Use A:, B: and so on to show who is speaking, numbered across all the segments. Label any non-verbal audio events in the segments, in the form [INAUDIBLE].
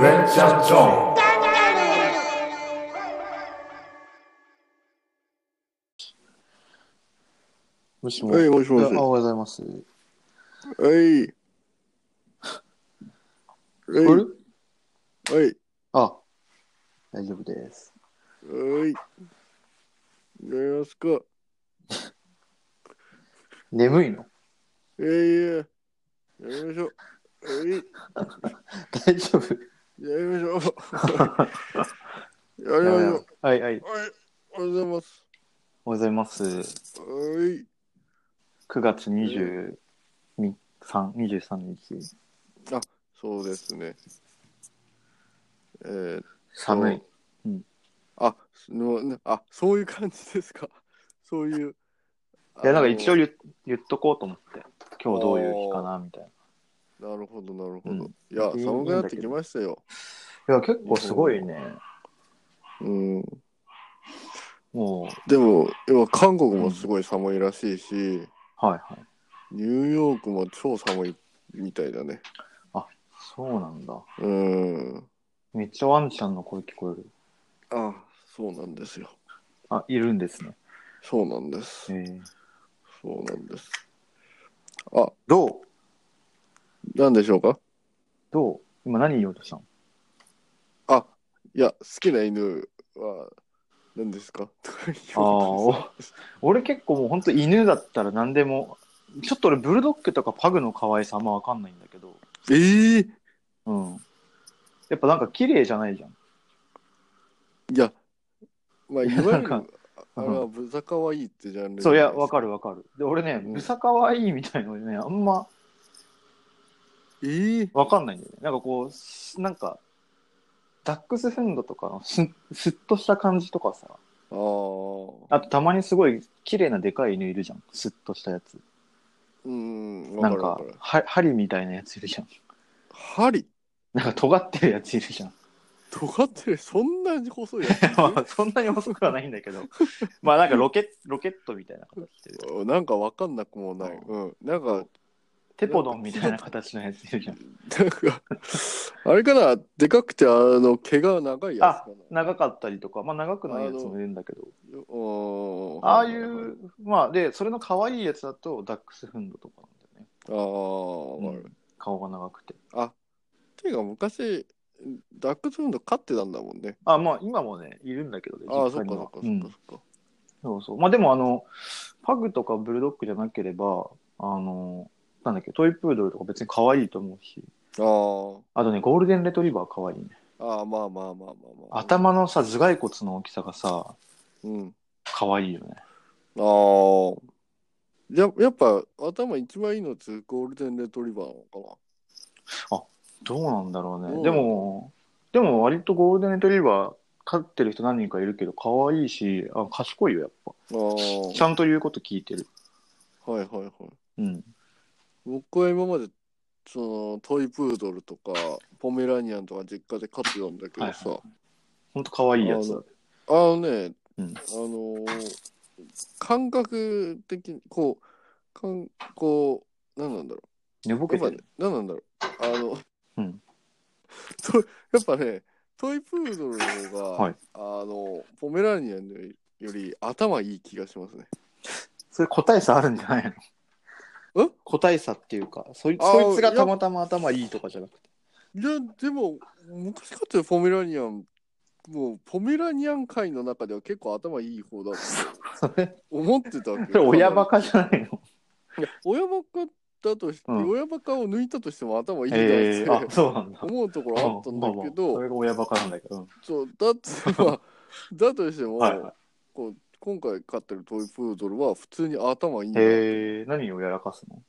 A: レンチャンゾーン
B: もし
C: はい、もしもし
B: あ。おはようございます。
C: はい。は
B: あ
C: い。
B: れ
C: はい。
B: あ、大丈夫です。
C: はい。寝ますか。
B: 眠いの [LAUGHS]
C: いやいや。やりましょう。はい。
B: 大丈夫 [LAUGHS]
C: やりましょう。やりましょう。
B: はいはい。
C: はい。おはようございます。
B: おはようございます。
C: はい。
B: 9月23、23日。
C: そうですね。えー、
B: 寒い。
C: あ、のあ、そういう感じですか。そういう。
B: いや、なんか一応
C: あの
B: 言っ言っとこうと思って。今日どういう日かな、みたい
C: なるほど、なるほ
B: う
C: ど
B: ん。
C: いや、寒くなってきましたよ。
B: な。いや、結構すごいね。
C: うん。
B: も
C: でも今韓国もすごい寒いらしいし、
B: う、はいはい。
C: ニューヨークも超寒いみたいだね
B: そうなんだ。
C: うん
B: めっちゃワンちゃんの声聞こえる。
C: あそうなんですよ
B: あ、いるんですね。
C: そうなんです
B: えー、
C: そうなんですあ
B: どう
C: 何でしょうか
B: どう今何言おうとしたの
C: あいや好きな犬は何ですかとか
B: ああお俺結構もうほんと犬だったら何でもちょっと俺ブルドッグとかパグの可愛さあんま分かんないんだけど
C: [LAUGHS] ええー、
B: うんやっぱなんか綺麗じゃないじゃん
C: いやまあい
B: い
C: わ
B: や
C: ゆる
B: なんか
C: あれはブザカワイイってジャンル
B: そういや分
C: わ
B: かる分かるで俺ね
C: うん
B: ブサ可愛いみたいのねあんま
C: えー、
B: 分かんないんだよねなんかこうしなんかダックスフンドとかのすすっとした感じとかさ
C: あー
B: あとたまにすごい綺麗なでかい犬いるじゃんすっとしたやつ
C: うん
B: な
C: わか
B: ん
C: るわ
B: か
C: かる
B: は針みたいなやついるじゃん
C: 針
B: なんか尖ってるやついるじゃん
C: 尖ってるそんなに細いやつ
B: [LAUGHS] まあ、そんなに遅くはないんだけ
C: [LAUGHS]
B: ど、まあなんかロケロケットみたいな形してる。
C: うんなんかわかんなくもない。うん。なんか、
B: テポドンみたいな形のやついるじゃん。
C: なんか、 [LAUGHS] あれかな、でかくて、あの、毛が長いや
B: あ
C: つか、な。
B: 長かったりとか、まあ長くないやつもいるんだけど、
C: うん
B: ああい。う、まあで、それの可愛いやつだとダックスフンドとかなんだよね。
C: ああ、わかる
B: うん顔が長くて。
C: あ、ていうか、昔、ダックスフンド飼ってたんだもんね。
B: あ、まあ今もね、いるんだけどね、
C: ああ、
B: 実
C: そ
B: 際
C: っか
B: に
C: そ
B: は
C: っか
B: う
C: そっか
B: ん
C: そっか。
B: そうそう。まあでもあの、パグとかブルドッグじゃなければ、あの、なんだっけ、トイプードルとか別に可愛いと思うし、あとね、ゴールデンレトリバー可愛いね。
C: ああ、ああ、まあまあまあまあまあ。。
B: 頭のさ、頭蓋骨の大きさがさ、
C: うん。
B: 可愛いよね。
C: ああ。じゃやっぱ頭一番いいのってゴールデンレトリバーなのか
B: どうなんだろう
C: う
B: ね。
C: ん
B: でも、でも割とゴールデンレトリバー飼ってる人何人かいるけど、可愛いし、あ賢いよ、やっぱ。
C: な
B: ち
C: あ
B: ゃんと言うこと聞いてる。
C: あはいはいはい
B: うん。
C: 僕は今までそのトイプードルとかポメラニアンとか実家で飼ってたんだけどさ、
B: はほんと可愛いやつだ。
C: あのね、
B: うん
C: あのー感覚的にこうかんこう何なんだろ
B: 寝ぼ
C: う
B: け
C: やっぱ
B: て
C: ね
B: る。
C: 何なんだろうあの、
B: うん
C: [LAUGHS] とやっぱねトイプードルの方が、
B: はい
C: あのポメラニアンよりより頭いい気がしますね。
B: それ個体差あるんじゃないの
C: え
B: 個体差っていうか、そい
C: あー
B: そいつがたまたま頭いいとかじゃなくて。
C: いやでも昔飼ってたポメラニアンもうポメラニアン界の中では結構頭いい方だと
B: それ、 [LAUGHS]
C: 思ってたわけ
B: それ
C: よ
B: 親バカじゃないの
C: いや親バカだとして、
B: うん
C: 親バカを抜いたとしても頭いいだ
B: ええ
C: って
B: あ、そうなんだ。
C: 思うところあった
B: うん
C: んだけ
B: まあまあ
C: ど、
B: それが親バカなんだけど。
C: そうだって
B: [LAUGHS]
C: まあだとしても、
B: はいはい。
C: こう今回飼ってるトイプードルは普通に頭いいんだい
B: へえ、何をやらかすの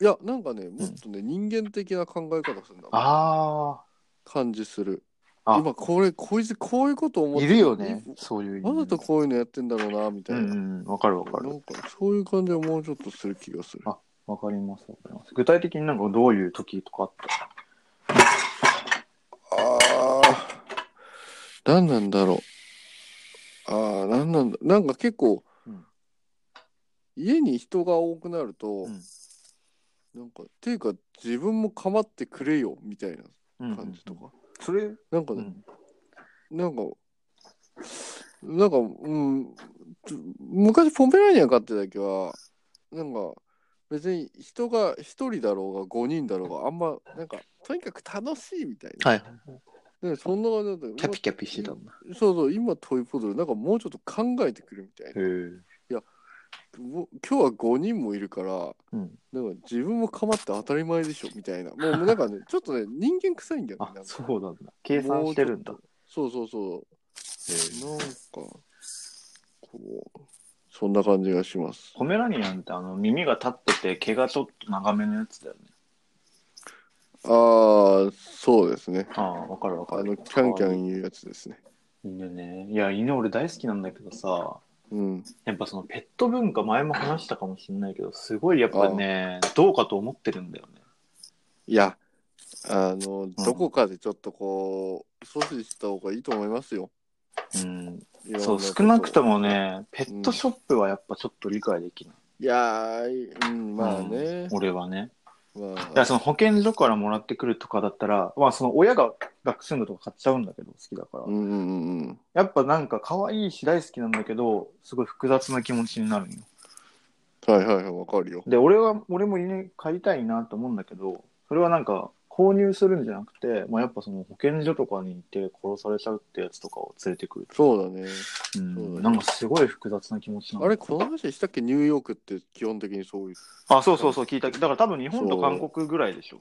C: やなんかねもっとね、人間的な考え方するんだ
B: あ
C: 感じする
B: あ
C: 今これこいつこういうこと思っ
B: あ、
C: て
B: いるよね。そういう意味
C: わざとこういうのやってんだろうなみた
B: う
C: いな、
B: んうん、わかるわか
C: な
B: る。
C: んかそういう感じはもうちょっとする気がする。
B: あわかりますわかります。具体的になんかどういう時とかあった
C: ああ、何なんだろう。ああ、何なんだ。なんか結構、
B: うん
C: 家に人が多くなると、
B: うん
C: なんか、ていうか自分も構ってくれよみたいな
B: うん
C: 感じとか、
B: それ、
C: なんか
B: う
C: ね、
B: ん、
C: なんか、なんか、うん、つ昔ポメラニアン飼ってた時は、なんか、別に人が一人だろうが五人だろうが、あんま、なんか、とにかく楽しいみたいな。
B: はい
C: でそんな感じだった
B: キャピキャピしてたんだ
C: 今そうそう、今トイプードル、なんかもうちょっと考えてくるみたいな。
B: へえ
C: もう今日は五人もいるから、
B: うん
C: なんか自分も構って当たり前でしょみたいな。もうもうなんかね、ちょっとね、人間臭いんだよね
B: あ。
C: なんか
B: そうなんだ計算してるんだ
C: もうそうそうそう。
B: へえ
C: なんか、こう、そんな感じがします。
B: ポメラニアンってあの耳が立ってて毛がちょっと長めのやつだよね
C: ああ、そうですね。
B: ああわかるわか
C: あ
B: る
C: の、キャンキ
B: かわ
C: ャ
B: いい
C: ン言うやつですね。
B: 犬ねいや犬俺大好きなんだけどさ
C: うん。
B: やっぱそのペット文化前も話したかもしれないけどすごいやっぱねどうかと思ってるんだよね
C: いや、あの、どこかでちょっとこう、阻止した方がいいと思いますよ。
B: うん
C: いろんなこ
B: そ
C: と
B: う少なくとも。ねペットショップはやっぱちょっと理解できない、
C: いやー、うん、まあね
B: うん。俺はね
C: ま
B: だから
C: あ、
B: その保健所からもらってくるとかだったらまあその親が学生のとか買っちゃうんだけど好きだから、
C: うんうんうんうん。
B: やっぱなんか可愛いし大好きなんだけどすごい複雑な気持ちになるんよ
C: はいはいはい、わかるよ。
B: で俺は俺も犬飼いたいなと思うんだけどそれはなんか購入するんじゃなくて、まあ、やっぱその保健所とかに行って殺されちゃうってやつとかを連れてくる、
C: そうだね。
B: う
C: そうだ
B: ん、
C: ね
B: なんかすごい複雑な気持ちなの
C: あれ、この話したっけニューヨークって基本的にそういう。
B: あそうそうそう聞いただから多分日本と韓国ぐらいでしょ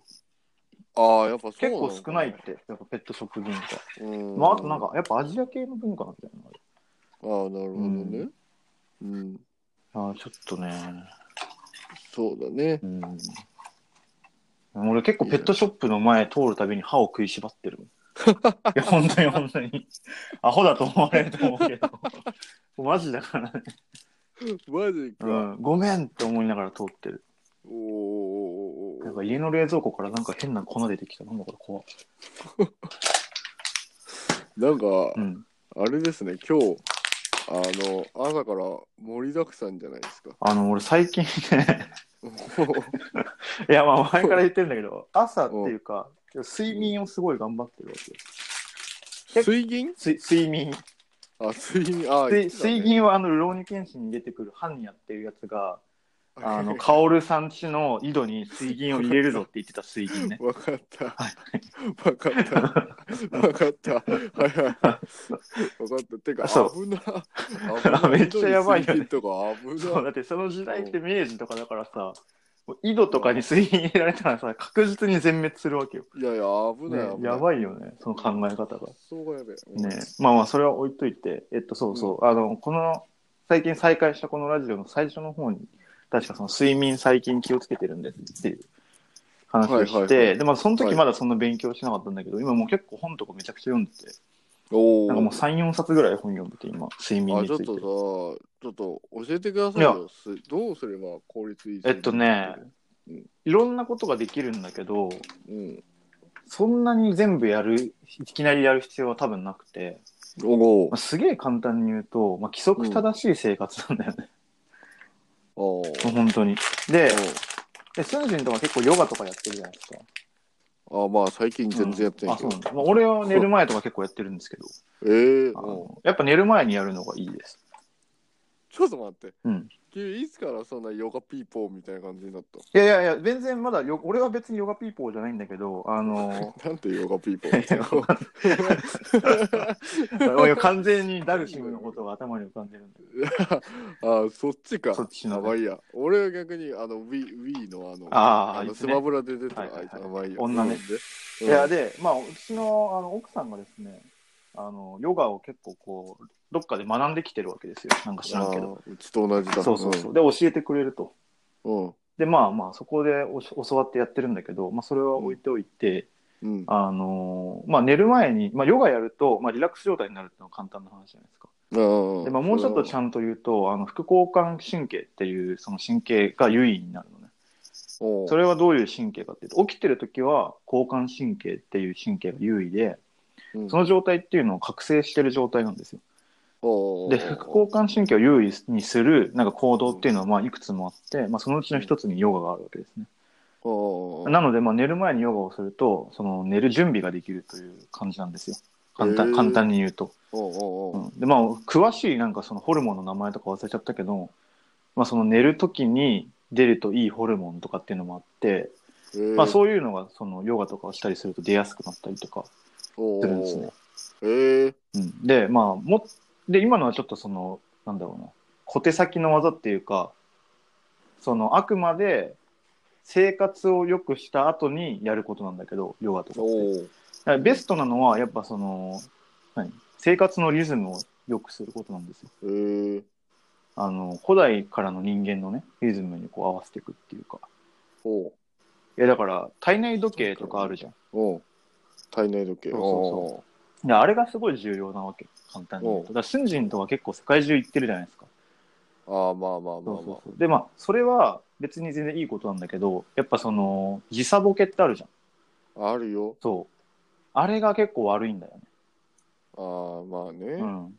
C: ああ、やっぱそう
B: 結
C: の
B: 構
C: か
B: 少ないっ。てやっぱペットショップ文化、
C: うん。
B: まあ、あとなんかやっぱアジア系の文化なんじゃない
C: ああ、なるほどね。うん、
B: のあちょっとね
C: そうだね。
B: うん俺結構ペットショップの前通るたびに歯を食いしばってるもん。いや、本当に本当に。アホだと思われると思うけど。マジだからね。
C: マジ
B: う
C: か。
B: ん。ごめんって思いながら通ってる。
C: おお
B: なんか家の冷蔵庫からなんか変な粉出てきた。なんだこれ怖っ
C: なんか
B: う、ん。
C: あれですね、今日、あの、朝から盛りだくさんじゃないです
B: [LAUGHS]
C: か。
B: あの、俺最近ね、いや、まあ前から言ってるんだけど、朝っていうか、睡眠をすごい頑張ってるわけよ。え
C: 水銀
B: す睡眠。
C: あ、水銀、あ、
B: 水
C: 言ってたね [LAUGHS]
B: 水銀はあの、浪人剣士に出てくる犯やってるやつが、あの、
C: わ
B: カオルさんちの井戸に水銀を入れるぞって言ってた水銀
C: [LAUGHS]
B: ね。
C: かった。わ
B: はい [LAUGHS]
C: かった。わかった。はいはい。わかった。てか、
B: そう
C: 危な。危
B: [LAUGHS]
C: な
B: めっちゃやばいよね
C: 水銀とか危
B: そう、
C: な。
B: だってその時代って明治とかだからさ、もう井戸とかに水銀入れられたらさ、確実に全滅するわけよ。
C: いやいや、危ない
B: ね。
C: 危ない
B: やばいよね、その考え方が。
C: そうがやべえ。
B: ねまあまあ、それは置いといて、えっと、そうそう、あの、この、最近再開したこのラジオの最初の方に、確かその睡眠最近気をつけてるんですっていう話をして、
C: はいはいはい
B: で、まあその
C: は
B: 時
C: い
B: まだそんな勉強しなかったんだけど、今もう結構本とかめちゃくちゃ読んでて、
C: おお。
B: なんかもう3、4冊ぐらい本読んでて、今、睡眠
C: あ
B: に
C: ちょっ
B: ついて
C: と。さ、ちょっと教えてくださいよ。すどうすれば効率いい
B: えっとね、いろんなことができるんだけど、
C: うん。
B: そんなに全部やる、いきなりやる必要は多分なくて、
C: お
B: まあ、すげえ簡単に言うと、まあ、規則正しい生活なんだよね。
C: お。お
B: 本当に。で、でスンジンとか結構ヨガとかやってるじゃないですか。
C: お。あまあ最近全然やって
B: うん
C: な
B: あ、
C: いけ
B: そうなん
C: ど。
B: だ。まあ、俺は寝る前とか結構やってるんですけど、
C: ええ
B: あ
C: おう
B: のやっぱ寝る前にやるのがいいです。
C: ちょっと待って。
B: うん。
C: 君いつからそんなヨガピーポーみたいな感じになっ
B: いやいやいや、全然まだよ、俺は別にヨガピーポーじゃないんだけど、あ [LAUGHS] の、
C: た [LAUGHS] なんてヨガピーポー
B: い [LAUGHS] やわ俺完全にダルシムのことが頭に浮かんでるんだけど
C: あそっちか。
B: そっちの
C: あまあいいや。俺は逆にあの Wii Wii のあの、
B: ああ、
C: あ
B: いい
C: の
B: です
C: ス
B: ね
C: マブラで出てた
B: はいはい
C: あ
B: はい
C: いつあまあいいや。
B: 女ね
C: うん。
B: いや、で、まあ、うちのあの奥さんがですね、あの、ヨガを結構こう、どっかで学んできてるわけですよ。なんか知らんけど。
C: あーうちと同じだ。
B: そうそうそう。で、教えてくれると。
C: うん。
B: で、まあまあ、そこでおし教わってやってるんだけど、まあ、それは置いておいて、
C: うん。うん。
B: あのーまあ、寝る前に、まあ、ヨガやると、まあ、リラックス状態になるっていうのは簡単な話じゃないですか。で、
C: で
B: まあ、もうちょっとちゃんと言うと、あの、副交感神経っていう、その神経が優位になるのね。
C: おう
B: それはどういう神経かっていうと、起きてる時は交感神経っていう神経が優位で、
C: うん
B: その状態っていうのを覚醒してる状態なんですよ。
C: おうおうおう
B: で、副交感神経を優位にするなんか行動っていうのはまあいくつもあって、まあ、そのうちの一つにヨガがあるわけですね。
C: おー
B: なので、まあ、寝る前にヨガをすると、その寝る準備ができるという感じなんですよ。簡
C: へ
B: 単
C: ー
B: 簡単に言うと。
C: おーおー
B: う
C: おー
B: んで、まあ、詳しいなんかそのホルモンの名前とか忘れちゃったけど、まあ、その寝る時に出るといいホルモンとかっていうのもあって、
C: へー
B: まあ、そういうのがそのヨガとかをしたりすると出やすくなったりとか
C: おー
B: するんですね。
C: へえ
B: うん、で、まあ、もで今のはちょっとそのなんだろうな小手先の技っていうかそのあくまで生活を良くした後にやることなんだけどヨガとかって。
C: おー
B: だからベストなのはやっぱその何生活のリズムを良くすることなんですよ。
C: へえ
B: あの古代からの人間のねリズムにこう合わせていくっていうか。
C: おー
B: いやだから体内時計とかあるじゃん。
C: おー体内時計
B: そうそであれがすごい重要なわけ簡単に言うと。だからスンジンとか結構世界中行ってるじゃないですか。
C: おーおーああまあまあまあ
B: そ
C: ま
B: う
C: あ
B: そうそうでまあそれは別に全然いいことなんだけどやっぱその時差ボケってあるじゃん
C: あるよ
B: そうあれが結構悪いんだよね、
C: ああまあね、
B: うん、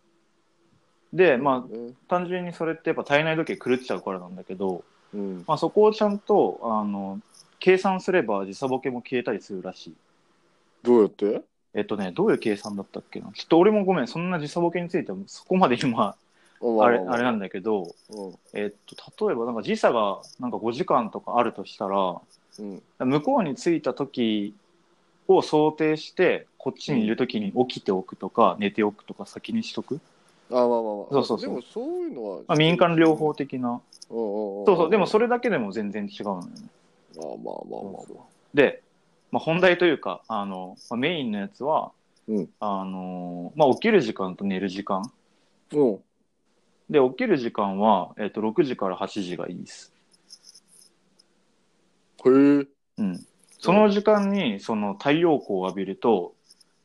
B: でまあ
C: あ
B: 単純にそれってやっぱ体内時計狂っちゃうからなんだけど、
C: うん
B: まあ、そこをちゃんとあの計算すれば時差ボケも消えたりするらしい
C: どうやって
B: えっとねどういう計算だったっけなちょっと俺もごめんそんな時差ボケについてはそこまで今
C: お
B: あれあれなんんだけど
C: うん
B: えっと例えばなんか時差がなんか5時間とかあるとしたら
C: うん
B: 向こうに着いた時を想定してこっちにいる時に起きておくとか寝ておくとか先にしとく、
C: あまあまあまあ
B: そうそうそう
C: でもそういうのは、
B: まあ、民間療法的な
C: そ
B: そうそうでも
C: れ
B: それだけでも全然違うのよね
C: まあまあまあまあまあ
B: で、まあ、本題というかあの、まあ、メインのやつは、
C: うん
B: あのまあ、起きる時間と寝る時間
C: うん
B: で起きる時間は、えっと6時から8時がいいです、
C: へえ
B: うん、その時間にその太陽光を浴びると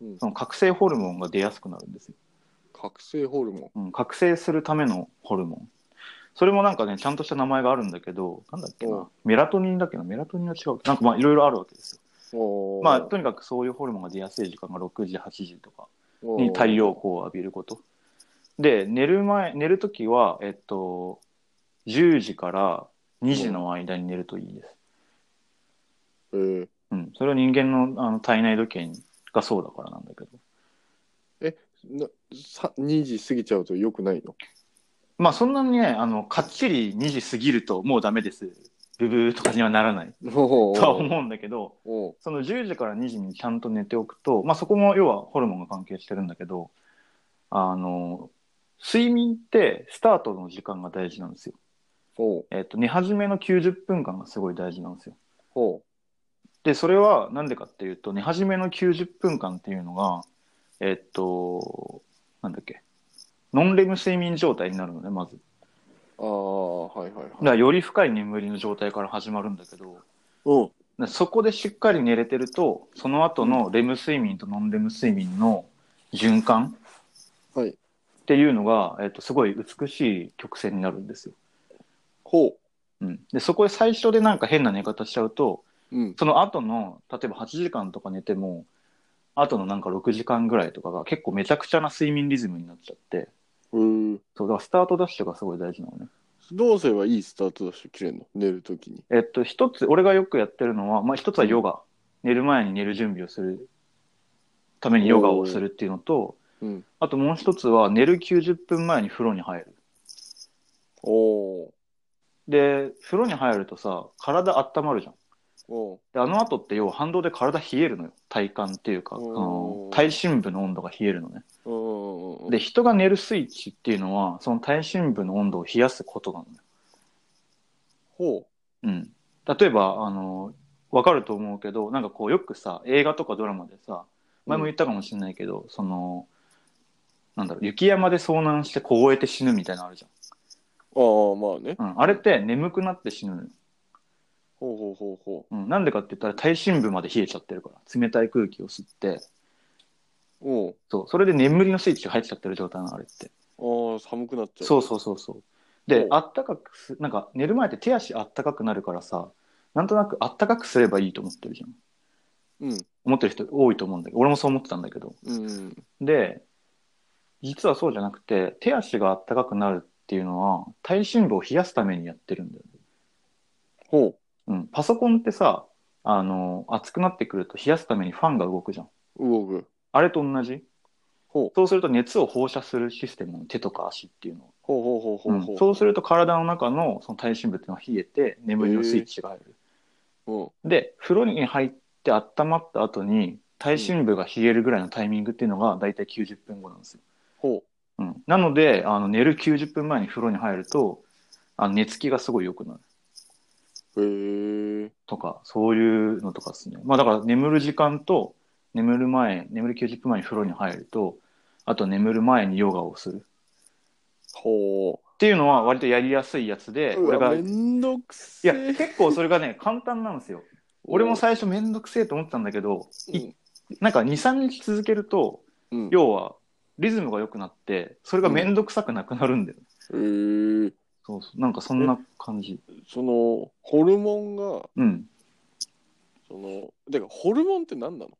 C: うん
B: その覚醒ホルモンが出やすくなるんですよ
C: 覚醒ホルモ
B: うん、覚醒するためのホルモン。それもなんかね、ちゃんとした名前があるんだけど、なんだっけ
C: う、
B: なんメラトニンだっけな、メラトニンは違う。なんかまあいろいろあるわけですよ。
C: ンおー
B: まあとにかくそういうホルモンが出やすい時間が6時、8時とか
C: おー
B: に太陽光を浴びること。で、寝る前、寝るときは、えっと、10時から2時の間に寝るといいです。
C: へえ
B: うん、それは人間のあの体内時計がそうだからなんだけど。
C: なさ2時過ぎちゃうとよくないの
B: まあそんなにね、あの、かっちり2時過ぎるともうダメです。ブブーとかにはならない [LAUGHS]
C: お
B: と
C: ー
B: は思うんだけど、
C: おー
B: その10時から2時にちゃんと寝ておくと、まあ、そこも要はホルモンが関係してるんだけどあの睡眠ってスタートの時間が大事なんですよ、
C: おー
B: えっと寝始めの90分間がすごい大事なんですよ
C: おー
B: でそれはなんでかっていうと寝始めの90分間っていうのがえっとなんだっけノンレム睡眠状態になるのねまず
C: ああはいは
B: だ
C: い
B: か
C: はい
B: らより深い眠りの状態から始まるんだけど
C: うん
B: でそこでしっかり寝れてるとその後のレム睡眠とノンレム睡眠の循環
C: はい
B: っていうのが、えっとすごい美しい曲線になるんですよ。
C: ほう
B: うん、でそこで最初でなんか変な寝方しちゃうと
C: うん
B: その後の例えば8時間とか寝ても後のなんか6時間ぐらいとかが結構めちゃくちゃな睡眠リズムになっちゃって
C: へえ
B: そうだからスタートダッシュがすごい大事なのね。
C: どうすればいいスタートダッシュ切れるの寝るときに
B: えっと一つ俺がよくやってるのは、まあ、一つはヨガ、寝る前に寝る準備をするためにヨガをするっていうのと。
C: うん
B: あともう一つは寝る90分前に風呂に入る。
C: おお
B: で、風呂に入るとさ、体温まるじゃん。
C: お
B: で、あの後って要は反動で体冷えるのよ。体感っていうか、あの
C: おー
B: 体深部の温度が冷えるのね。
C: ーお
B: で、人が寝るスイッチっていうのは、その体深部の温度を冷やすことなのよ。
C: ほ
B: うん。例えば、あの、わかると思うけど、なんかこうよくさ、映画とかドラマでさ、
C: う
B: 前も言ったかもしれないけど、その、なんだろう、雪山で遭難して凍えて死ぬみたいなのあるじ
C: ああまあね
B: ゃん。うん。あれって眠くなって死ぬのよ。
C: ほうほうほうほ
B: うん、なんでかって言ったら体深部まで冷えちゃってるから冷たい空気を吸って
C: うおう
B: そうそれで眠りのスイッチが入っちゃってる状態なのあれって
C: ああ寒くなっちゃう
B: そうそうそうそうで
C: お
B: あったかくすなんか寝る前って手足あったかくなるからさなんとなくあったかくすればいいと思ってるじゃん
C: うん
B: 思ってる人多いと思うんだけど俺もそう思ってたんだけど
C: うん
B: で実はそうじゃなくて手足があったかくなるっていうのは体深部を冷やすためにやってるんだよね
C: ほ
B: うん、パソコンってさ、あの、熱くなってくると冷やすためにファンが動くじゃん。
C: 動く。
B: あれと同じ
C: ほう
B: そうすると熱を放射するシステムの手とか足っていうの。
C: ほうほうほうほうほう。
B: うんそうすると体の中のその体深部っていうのは冷えて眠りのスイッチが入る。
C: うん。
B: で、風呂に入って温まった後に体深部が冷えるぐらいのタイミングっていうのが大体90分後なんですよ。
C: ほ
B: うん、なのであの寝る90分前に風呂に入るとあの寝つきがすごい良くなる
C: う。へえ。
B: とかそういうのとかですねまあだから眠る時間と眠る前眠る90分前に風呂に入るとあと眠る前にヨガをする
C: ほ
B: っていうのは割とやりやすいやつで
C: う。う
B: 俺
C: わ
B: が
C: め
B: い
C: んどくせ
B: や
C: え。
B: 結構それがね簡単なんですよ俺も最初めんどくせえと思ってたんだけど、いなんか23日続けると
C: うん、
B: 要はリズムが良くなってそれがめんどくさくなくなるんだよ、
C: うんへえ。
B: そうそうなんかそんな感じ
C: その、ホルモンが、
B: うん
C: その、てか、ホルモンって何なの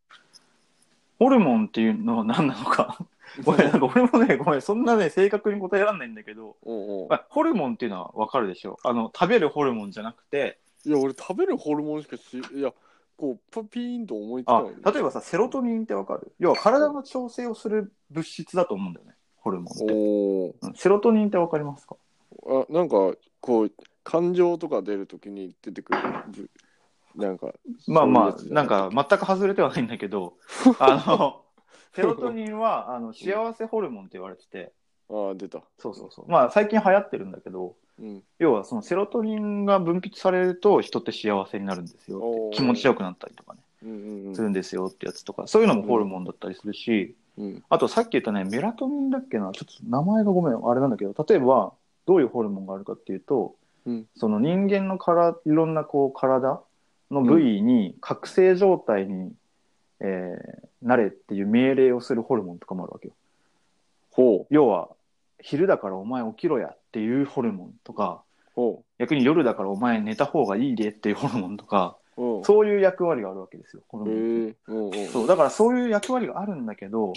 B: ホルモンっていうのは何なの
C: [LAUGHS]
B: か。ごめん、なんか俺もね、ごめん、そんなね、正確に答えられないんだけど、
C: うんうん
B: まあホルモンっていうのはわかるでしょ。あの、食べるホルモンじゃなくて、
C: いや、俺食べるホルモンしかし、いや、こう、パピーンと思いつか
B: あ
C: ない。、
B: 例えばさ、セロトニンってわかる要は体の調整をする物質だと思うんだよね、ホルモンって。
C: お
B: うんセロトニンってわかりますか
C: お。あ、なんか、こう、感情とか出るときに出てくるぶ。なんか、
B: まあま
C: そういうやつ
B: あ、
C: だ
B: なんか全く外れてはないんだけ
C: [LAUGHS]
B: ど、あの、セロトニンは、あの、幸せホルモンって言われてて、
C: ああ、出た。
B: そうそうそう。まあ、最近流行ってるんだけど、
C: うん。
B: 要はそのセロトニンが分泌されると人って幸せになるんですよ
C: おー
B: 気持ちよくなったりとかね
C: うんうん
B: す
C: う
B: る
C: ん。
B: んですよってやつとかそういうのもホルモンだったりするし
C: うん。
B: あとさっき言ったねメラトニンだっけなちょっと名前がごめんあれなんだけど例えばどういうホルモンがあるかっていうと、
C: うん
B: その人間のからいろんなこう体の部位に覚醒状態に、えーなれっていう命令をするホルモンとかもあるわけよ
C: ほう。
B: 要は昼だからお前起きろやっていうホルモンとか
C: ほ
B: 逆に夜だからお前寝た方がいいでっていうホルモンとか、
C: う。うん。
B: そういう役割があるわけですよ、ホルモン
C: へえ。うんうん。
B: そう、だからそういう役割があるんだけど、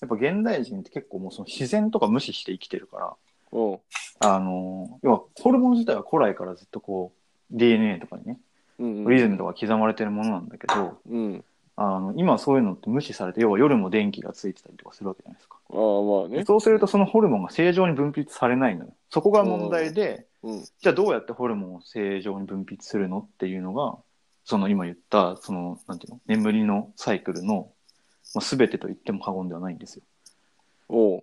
B: やっぱ現代人って結構もうその自然とか無視して生きてるから、
C: うん。
B: あのー要はホルモン自体は古来からずっとこう、DNA とかにね、
C: うんうん。
B: リズムとか刻まれてるものなんだけど、
C: うん。
B: あの今はそういうのって無視されて、要は夜も電気がついてたりとかするわけじゃないですか。
C: ああ、まあね。
B: そうするとそのホルモンが正常に分泌されないのよ。そこが問題で、
C: うん。
B: じゃあどうやってホルモンを正常に分泌するのっていうのが、その今言った、その、なんていうの、眠りのサイクルの、まあ、全てと言っても過言ではないんですよ。
C: おう
B: っ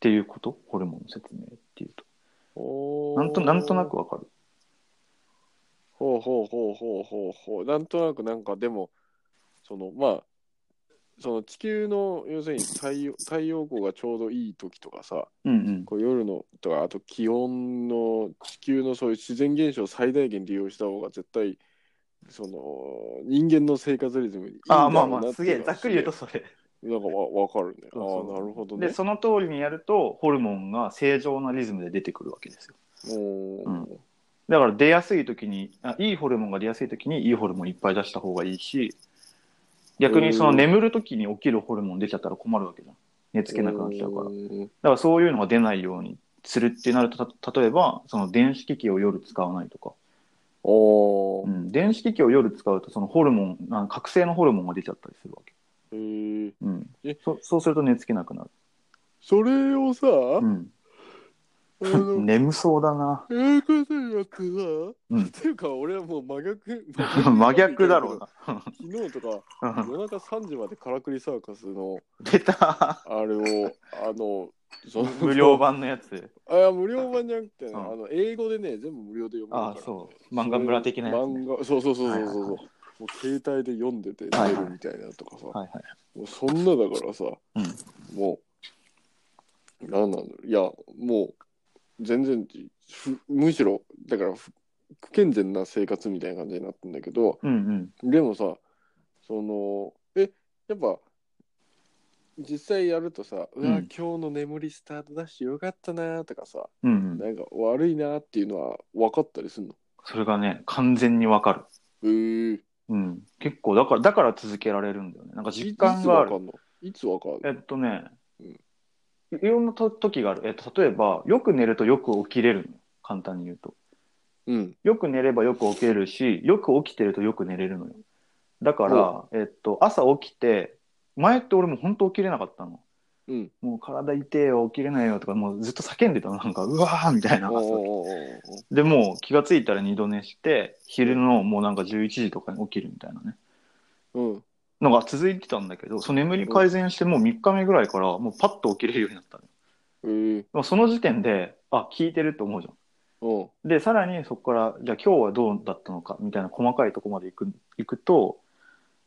B: ていうことホルモンの説明っていう
C: お
B: と。
C: う。
B: なんと、なんとなくわかる。
C: ほうほうほうほうほうほうなんとなくなんかでもそのまあその地球の要するに太陽太陽光がちょうどいい時とかさ
B: うん
C: こう夜のとかあと気温の地球のそういう自然現象を最大限利用した方が絶対その人間の生活リズムにいいんだ
B: あ
C: ろ
B: あ、
C: う
B: ま
C: な
B: あまあ、
C: ていうのは
B: すげえ、ざっくり言うとそれ。
C: なんかわわかるねああ
B: そうそう
C: なるほどね
B: で、その通りにやると、ホルモンが正常なリズムで出てくるわけですよ。
C: おー
B: うんだから出やすい時にあ、いいホルモンが出やすい時に、いいホルモンいっぱい出した方がいいし、逆にその眠る時に起きるホルモン出ちゃったら困るわけじゃん。寝つけなくなっちゃうから。
C: うん
B: だからそういうのが出ないようにするってなると、た例えば、その電子機器を夜使わないとか、
C: お
B: う
C: ー
B: ん、電子機器を夜使うと、そのホルモン、あ覚醒のホルモンが出ちゃったりするわけ。
C: へー
B: うん
C: え、
B: そそうすると寝つけなくなる。
C: それをさ、
B: うん、
C: あの
B: 眠そうだな。
C: ええことによってさ、
B: うん
C: っていうか俺はもう真
B: [LAUGHS]
C: 逆
B: 真逆だろう
C: 昨日とか
B: [LAUGHS] な。
C: 夜中3時までからくりサーカスの
B: 出た。
C: あれをあのその
B: [LAUGHS] 無料版のやつ。
C: あいや無料版じゃなくてね、
B: うん
C: あの英語でね全部無料で読めるから
B: ああ、そう。漫画村的なやつ、ね。
C: 漫画そうそうそうそうそうそう、
B: はいはい
C: もう携帯で読んでて
B: は
C: 寝
B: いはい
C: るみたいなとかさ、
B: はいはい。
C: もうそんなだからさ、もうなんなんだろういやもう全然ふむしろだからふ不健全な生活みたいな感じになってんだけど
B: うんうん。
C: でもさそのえやっぱ実際やるとさ「うわ、
B: うん
C: 今日の眠りスタートだしよかったな」とかさ
B: うんうん。
C: なんか悪いなっていうのは分かったりすんの
B: それがね、完全にわかる。
C: えー、
B: うん。結構、だから、だから続けられるんだよね。なんか
C: い
B: 実感がある
C: いつ。分かんのいつ分か
B: え
C: る
B: っとね、いろんなと時がある。えっと、例えば、よく寝るとよく起きれるの。簡単に言うと。
C: うん。
B: よく寝ればよく起きるしよく起きてるとよく寝れるのよだから、えっと、朝起きて前って俺もう本当起きれなかったの
C: うん。
B: もう体痛えよ起きれないよとかもうずっと叫んでたのなんかうわーみたいな
C: おーおーおーおー
B: でもう気がついたら二度寝して昼のもうなんか11時とかに起きるみたいなね
C: うん。
B: のが続いてたんだけどその眠り改善してもう3日目ぐらいからもうパッと起きれるようになったの
C: えー、
B: でもその時点であ効いてると思うじゃん
C: おう
B: でさらにそこからじゃあ今日はどうだったのかみたいな細かいとこまで行く行くと、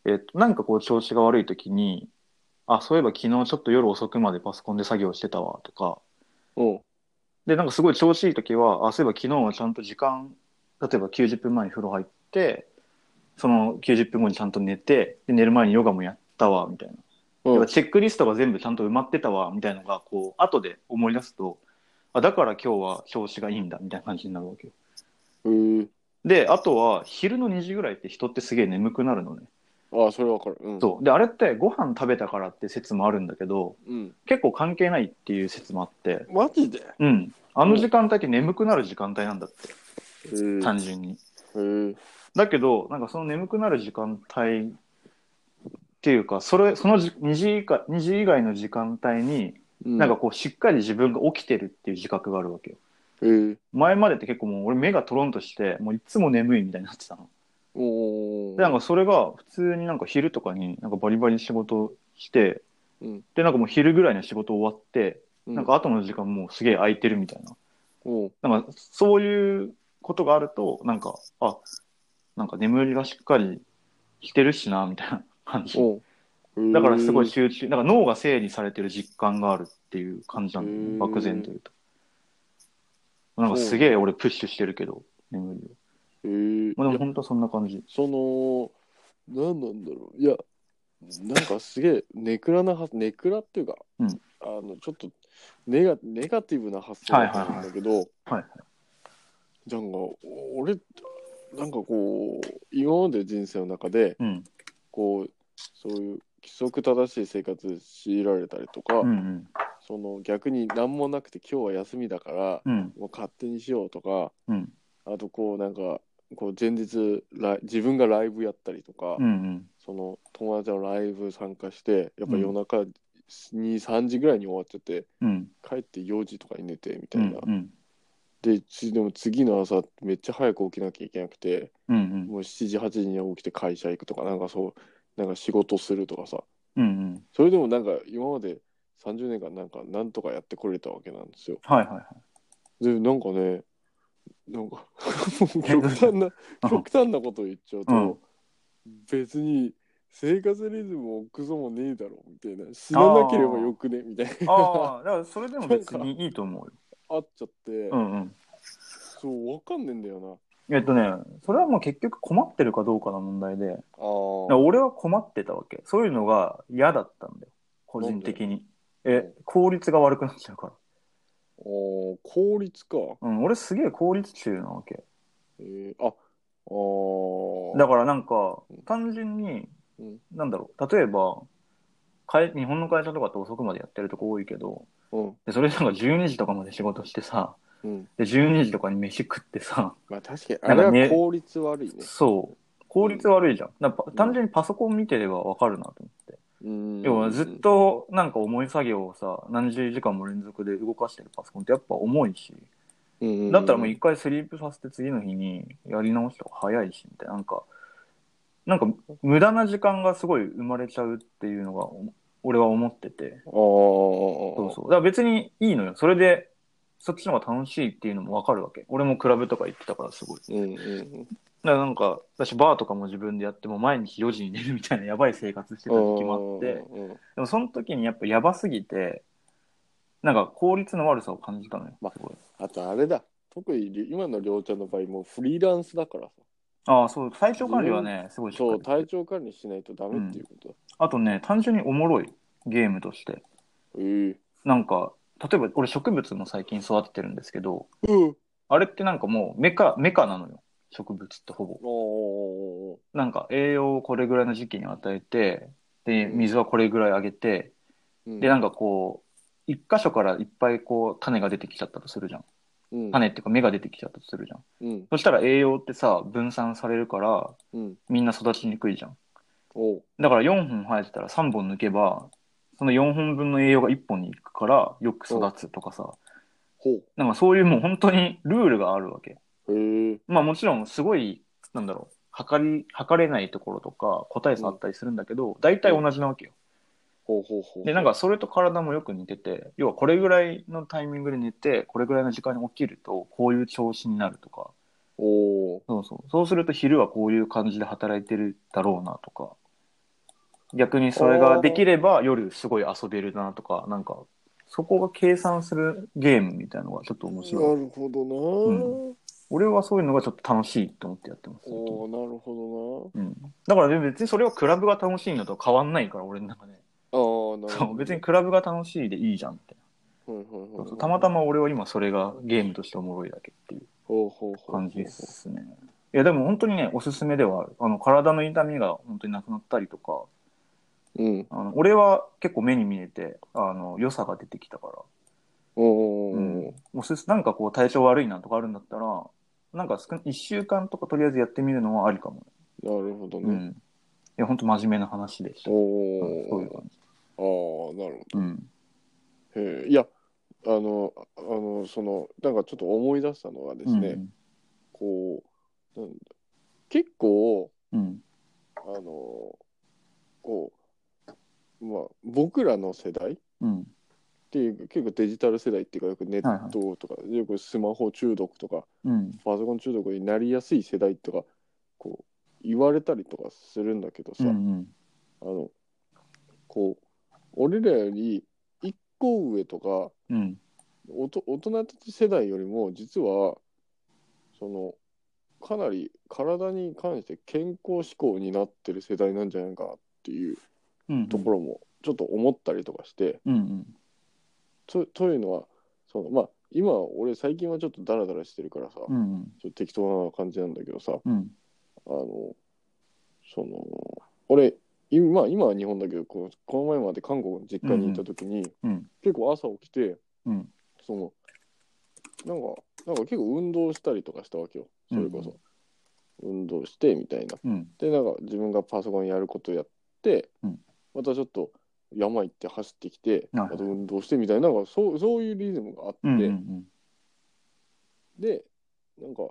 B: えっと、なんかこう調子が悪い時にあそういえば昨日ちょっと夜遅くまでパソコンで作業してたわとか
C: おう
B: でなんかすごい調子いい時はあそういえば昨日はちゃんと時間例えば90分前に風呂入ってその90分後にちゃんと寝てで寝る前にヨガもやったわみたいな
C: お
B: や
C: う
B: っぱチェックリストが全部ちゃんと埋まってたわみたいのがこう後で思い出すとあだから今日は調子がいいんだみたいな感じになるわけよ
C: えー、
B: であとは昼の2時ぐらいって人ってすげえ眠くなるのね
C: ああ、それわかる。うん。
B: そうであれってご飯食べたからって説もあるんだけど
C: うん。
B: 結構関係ないっていう説もあって
C: マジで
B: うんあの時間帯って眠くなる時間帯なんだって
C: えー、
B: 単純に
C: えー、
B: だけどなんかその眠くなる時間帯っていうかそれそのじ2時以下2時以外の時間帯に、
C: うん
B: なんか、こうしっかり自分が起きてるっていう自覚があるわけよ
C: えー、
B: 前までって結構もう俺目がトロンとしてもういつも眠いみたいになってたの
C: おー
B: でなんかそれが普通になんか昼とかになんかバリバリ仕事して、
C: うん
B: でなんかもう昼ぐらいの仕事終わって、
C: う
B: なんか後の時間もうすげえ空いてるみたいな
C: おう
B: なんかそういうことがあるとなんかあなんか眠りがしっかりしてるしなみたいな感じ
C: おうえー
B: だからすごい集中なんか脳が整理されてる実感があるっていう感じなんだよ
C: う
B: ね
C: ん
B: 漠然というとなんかすげえ俺プッシュしてるけど眠りを
C: えー、
B: まあでも本当そんな感じ
C: その、なんなんだろう。いや、なんかすげえ、ネクラな発、ネクラっていうか、
B: うん
C: あの、ちょっとネガ、ネガティブな発想だったんだけど、
B: はいはい
C: なんか、俺、なんかこう、今までの人生の中で、
B: うん
C: こう、そういう規則正しい生活強いられたりとか、
B: うんうん
C: その逆に何もなくて今日は休みだから、
B: うん
C: もう勝手にしようとか、
B: うん
C: あとこうなんか、こう前日ライ自分がライブやったりとか、
B: うんうん
C: その友達のライブ参加してやっぱ夜中23、3時ぐらいに終わっちゃって
B: うん
C: 帰って4時とかに寝てみ
B: う
C: たい
B: ん
C: な、
B: うん
C: でつでも次の朝めっちゃ早く起きなきゃいけなくて
B: うんうん
C: もう7時8時には起きて会社行くとかなんかそうなんか仕事するとかさ
B: うんうん
C: それでもなんか今まで30年間なんかなんとかやってこれたわけなんですよ
B: はいはい [LAUGHS] はい
C: でなんかねな
B: [LAUGHS]
C: んかもう極端な極端なこと言っちゃうと、別に生活リズムもクソもねえだろみたいな死ななければよくねみたいな [LAUGHS]
B: ああだからそれでも別にいいと思うよ
C: あっちゃって、
B: うんうん
C: そうわかんねえんだよ
B: えっとねそれはもう結局困ってるかどうかの問題でだか
C: なあ
B: ら
C: あ
B: 俺は困ってたわけそういうのが嫌だったんだよ個人的にえ効率が悪くなっちゃうか
C: 効率か、
B: らうん俺すげえ効率中なわけ
C: えー、ああー
B: だからなんか単純に
C: うん
B: なんだろう例えばかえ日本の会社とかって遅くまでやってるとこ多いけど
C: うん
B: でそれなんか12時とかまで仕事してさ
C: うん
B: で12時とかに飯食ってさ
C: まあ確かに
B: な
C: あ
B: んか
C: れ
B: ね
C: は効率悪いね
B: そう。効率悪いじゃん。なんか
C: ん
B: 単純にパソコン見てればわかるなと思って。
C: うん
B: 要はずっとなんか重い作業をさ、何十時間も連続で動かしてるパソコンってやっぱ重いし、だったらもう一回スリープさせて次の日にやり直した方が早いし、みたいな。なんか、なんか無駄な時間がすごい生まれちゃうっていうのがお俺は思ってて。
C: ああ
B: そう
C: そ
B: そう。だから別にいいのよ。それで、そっちの方が楽しいっていうのもわかるわけ。俺もクラブとか行ってたからすごい。
C: うんうん
B: だからなんか私バーとかも自分でやっても毎日4時に寝るみたいなやばい生活してた時期もあって
C: うん
B: でもその時にやっぱやばすぎてなんか効率の悪さを感じたのよ、
C: まあ
B: すごい
C: あとあれだ特にり今のりょうちゃんの場合もうフリーランスだからさ
B: ああそう体調管理はねすごいしっか
C: そう
B: り
C: 体調管理しないとダメっていうことだ、
B: あとね単純におもろいゲームとして
C: ええ
B: なんか例えば俺植物も最近育ててるんですけど
C: うん。
B: あれってなんかもうメカメカなのよ植物ってほぼ
C: おー
B: なんか栄養をこれぐらいの時期に与えてで水はこれぐらいあげて、
C: うん
B: でなんかこう一箇所からいっぱいこう種が出てきちゃったとするじゃん。
C: うん
B: 種っていうか芽が出てきちゃったとするじゃん。
C: うん
B: そしたら栄養ってさ、分散されるから、
C: うん
B: みんな育ちにくいじゃん。
C: おう
B: だから4本生えてたら3本抜けば、その4本分の栄養が1本に行くから、よく育つとかさ、
C: ほ
B: なんかそういうもう本当にルールがあるわけ。
C: うへえ
B: まあもちろんすごい、なんだろう、測り、測れないところとか個体差あったりするんだけど、大体同じなわけよ。
C: ほうほうほう
B: で、なんかそれと体もよく似てて、要はこれぐらいのタイミングで寝て、これぐらいの時間に起きると、こういう調子になるとか、
C: おう
B: そうそう。そうすると昼はこういう感じで働いてるだろうなとか、逆にそれができれば夜すごい遊べるなとか、なんか、そこが計算するゲームみたいなのがちょっと面白い。
C: なるほどな、
B: 俺はそういうのがちょっと楽しいと思ってやってます。
C: おおなるほ
B: うん、だから別にそれはクラブが楽しいのと変わんないから俺の中で、
C: どなああなる
B: そ
C: ほ
B: う
C: ど
B: 別にクラブが楽しいでいいじゃんって
C: はいはい
B: そう
C: はい
B: そ
C: は
B: う
C: い
B: たまたま俺は今それがゲームとしておもろいだけっていう
C: ほうほうほう
B: 感じですねいやでも本当にねおすすめではあるあの体の痛みが本当になくなったりとか
C: うん
B: あの俺は結構目に見えてあの良さが出てきたから
C: おうおうおう
B: おすすなんかこう体調悪いなとかあるんだったらなんか1週間とかとりあえずやってみるのはありかも、
C: なるほど
B: うん
C: ね、
B: いや本当真面目な話でした、
C: お
B: うんそういう
C: お
B: 感じ
C: ああなる
B: う
C: ほ
B: ん
C: どへえいやあのあのそのなんかちょっと思い出したのはですね、こうなんだ結構
B: うん。
C: あのこうまあ僕らの世代っ
B: うん。
C: ていう結構デジタル世代っていうかよくネットとか、よくスマホ中毒とか
B: うん。
C: パソコン中毒になりやすい世代とかこう言われたりとかするんだけど
B: う
C: さ、
B: ん。
C: あのこう俺らより一個上とか
B: うん。
C: おと大人たち世代よりも実はそのかなり体に関して健康志向になってる世代なんじゃないかなっていう
B: うん。
C: ところもちょっと思ったりとかして、
B: うん。うん。
C: とというのはそのまあ今俺最近はちょっとダラダラしてるからさ、
B: う
C: ちょ
B: ん。
C: っと適当な感じなんだけどさ、
B: うん。
C: あの、その、俺、今、今は日本だけど、このこの前まで韓国の実家にいたときに、
B: うん。
C: 結構朝起きて、
B: うん
C: その、なんか、なんか結構運動したりとかしたわけよ。それこそ。運動して、みたいな。
B: うん。
C: で、なんか自分がパソコンやることやって、
B: うん
C: またちょっと山行って走ってきて、
B: な
C: ま
B: るほ
C: た
B: ど
C: 運動してみたいな、なんかそうそういうリズムがあって、
B: うん。うん。
C: でなんか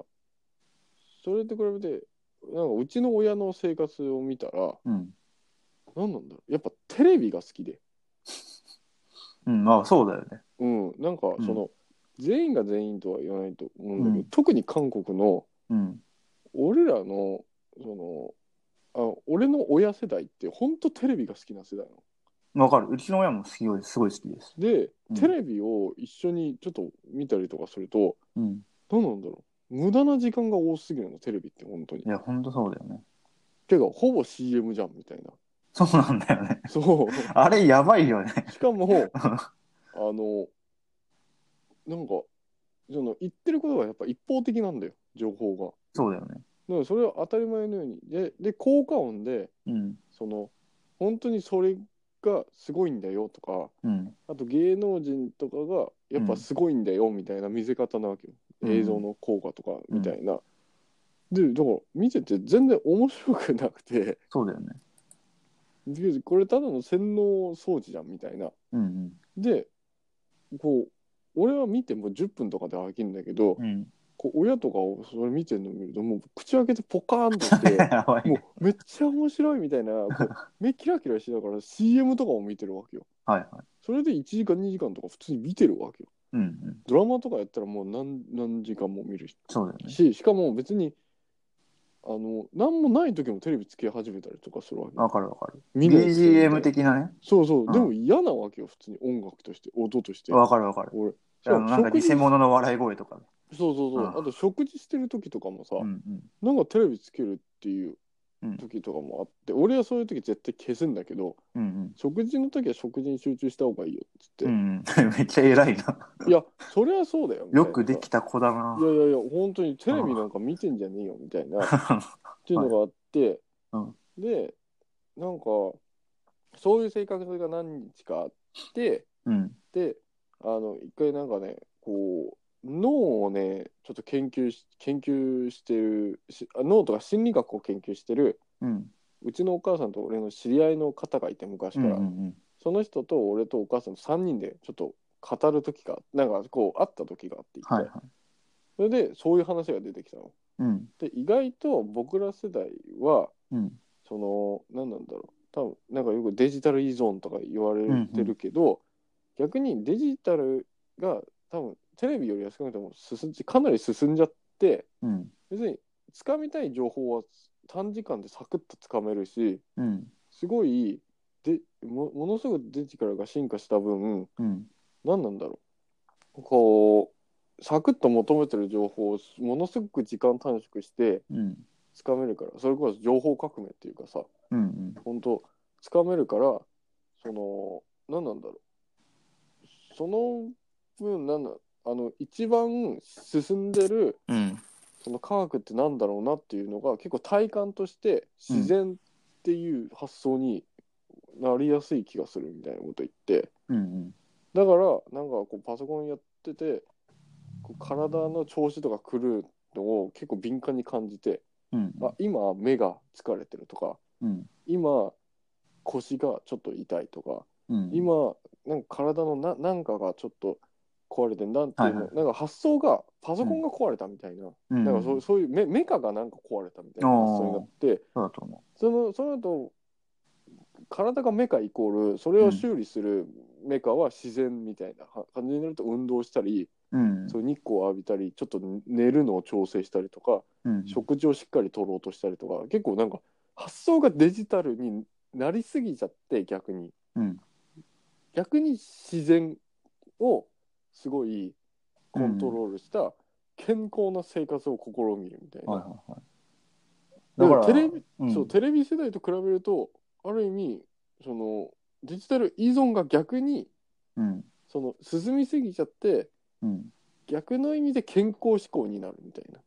C: それと比べてなんかうちの親の生活を見たら
B: うん。
C: 何なんだろうやっぱテレビが好きで
B: うん。まあ、そうだよね。
C: うんなんか
B: ん
C: その、全員が全員とは言わないと思うんだけど、
B: うん
C: 特に韓国の
B: うん。
C: 俺らのそのあ俺の親世代って本当テレビが好きな世代なの。
B: わかる。うちの親も好きよ、すごい好きです。
C: で
B: うん
C: テレビを一緒にちょっと見たりとかすると
B: うん。
C: 何なんだろう無駄な時間が多すぎるのテレビって本当に。
B: いや、ほんとそうだよね。
C: てかほぼ CM じゃんみたいな。
B: そうなんだよね。
C: そう
B: あれ、やばいよね。
C: し
B: [LAUGHS]
C: かもあのなんかその言ってることがやっぱ一方的なんだよ情報が。
B: そうだよね。
C: だからそれは当たり前のようにでで効果音で
B: うん。
C: その本当にそれがすごいんだよとか
B: うん。
C: あと芸能人とかがやっぱすごいんだよみたいな見せ方なわけよ、
B: うん
C: 映像の効果とかみたいな。でだから見てて全然面白くなくて [LAUGHS]
B: そうだよね。
C: でこれただの洗脳装置じゃんみたいな。
B: うん。
C: でこう俺は見ても10分とかで飽きるんだけど、
B: うん。 [LAUGHS]
C: こう親とかをそれ見てるの見るともう口開けてポカーンと
B: [LAUGHS]
C: して
B: やばい。
C: もうめっちゃ面白いみたいなこ
B: [LAUGHS]
C: う目キラキラしながら CM とかも見てるわけよ
B: はいはい。
C: それで1時間2時間とか普通に見てるわけよ
B: うん。うん。
C: ドラマとかやったらもう何何時間も見る
B: そうだよね。
C: ししかも別にあの何もない時もテレビつけ始めたりとかするわけ
B: わかるわかる。
C: 見ないですよみたいな
B: BGM 的なね。
C: そうそう、
B: うん
C: でも嫌なわけよ普通に音楽として音として
B: わかるわかる。
C: 俺
B: あの、なんか
C: 食事
B: 偽物の笑い声とか。
C: そうそうそう、
B: うん
C: あと食事してる時とかもさ、
B: うん。うん。
C: なんかテレビつけるっていう
B: うん
C: 時とかもあって、俺はそういう時絶対消すんだけど
B: うん。
C: 食事の時は食事に集中した方がいいよっつって、
B: うん。 [LAUGHS] めっちゃ偉いな。
C: いやそれはそうだよみたい
B: よ
C: な。
B: くできた子だない
C: やいやいや本当にテレビなんか見てんじゃねえよみたいなっていうのがあって、
B: は
C: でなんかそういう性格が何日かあって
B: うん。
C: であの一回なんかねこう脳をねちょっと研究し研究してるしあ脳とか心理学を研究してる
B: うん。
C: うちのお母さんと俺の知り合いの方がいて昔
B: う
C: か
B: ん
C: ら、
B: うん
C: その人と俺とお母さんの3人でちょっと語る時がなんかこう会った時があって言
B: は
C: っ
B: い
C: て、
B: はい。
C: それでそういう話が出てきたの。
B: うん。
C: で意外と僕ら世代は
B: うん。
C: その何なんだろう多分なんかよくデジタル依存とか言われてるけど、逆にデジタルが多分テレビよりは少なくとも進んじかなり進んじゃって
B: うん。
C: 別につかみたい情報は短時間でサクッとつかめるし
B: うん。
C: すごいでもものすごくデジタルが進化した分
B: うん。
C: 何なんだろうこうサクッと求めてる情報をものすごく時間短縮して
B: うん。
C: つかめるからそれこそ情報革命っていうかさ
B: うん。
C: 本当つかめるからその何なんだろうその分なんだあの一番進んでる
B: うん。
C: その科学ってなんだろうなっていうのが結構体感として自然っていう発想になりやすい気がするみたいなこと言って
B: うん。
C: だからなんかこうパソコンやっててこう体の調子とか狂うのを結構敏感に感じて
B: うん。
C: あ今目が疲れてるとか
B: うん。
C: 今腰がちょっと痛いとか、
B: うん。
C: 今なんか体のななんかがちょっと壊れてんだっていうの、
B: はいは
C: なんか発想がパソコンが壊れたみたいな、
B: うん、
C: なんかそうそういうメメカがなんか壊れたみたいな発想になって
B: そうだと思
C: そのその後体がメカイコールそれを修理するメカは自然みたいなは感じになると運動したり、
B: う。うん。
C: そういう日光を浴びたりちょっと寝るのを調整したりとか、
B: うん。
C: 食事をしっかり取ろうとしたりとか結構なんか発想がデジタルになりすぎちゃって逆に、
B: うん
C: 逆に自然をすごいコントロールした健康な生活を試みるみたいな、
B: はいはいはい。
C: だからテレビ、
B: うん、
C: そうテレビ世代と比べるとある意味そのデジタル依存が逆に
B: うん。
C: その進みすぎちゃって
B: うん。
C: 逆の意味で健康志向になるみたいな。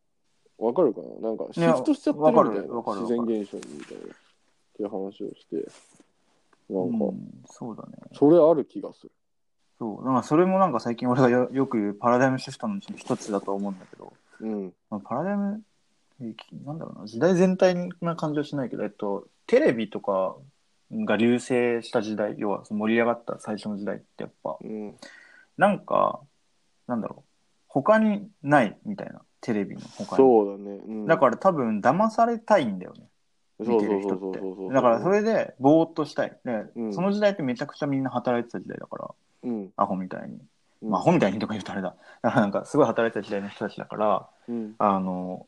C: わかるかななんかシ
B: いや
C: フトしちゃってるみたいな。
B: わかるわ
C: 自
B: かる
C: 然現象みたいな。っていう話をして。な
B: うん
C: か、
B: ん、そうだね。
C: それある気がする。
B: そう。なんかそれもなんか最近俺がよよく言うパラダイムシフトのうちの一つだと思うんだけど、
C: うん。
B: まあ、パラダイム、えーきなんだろうな、時代全体な感じはしないけど、えっと、テレビとかが流星した時代、要はその盛り上がった最初の時代ってやっぱ、
C: うん。
B: なんか、なんだろう、他にないみたいな、テレビの他に。
C: そうだね。うん、
B: だから多分騙されたいんだよね。
C: そ
B: 見
C: う
B: て
C: そ
B: る
C: うそ
B: 人
C: うそうそう
B: って。だからそれで、ぼーっとしたい。で、
C: うん
B: その時代ってめちゃくちゃみんな働いてた時代だから、
C: うん。
B: アホみたいに。
C: うん。
B: まあ、アホみたいにとか言うとあれだ。 [LAUGHS] だからなんか、すごい働いてた時代の人たちだから、
C: うん。
B: あの、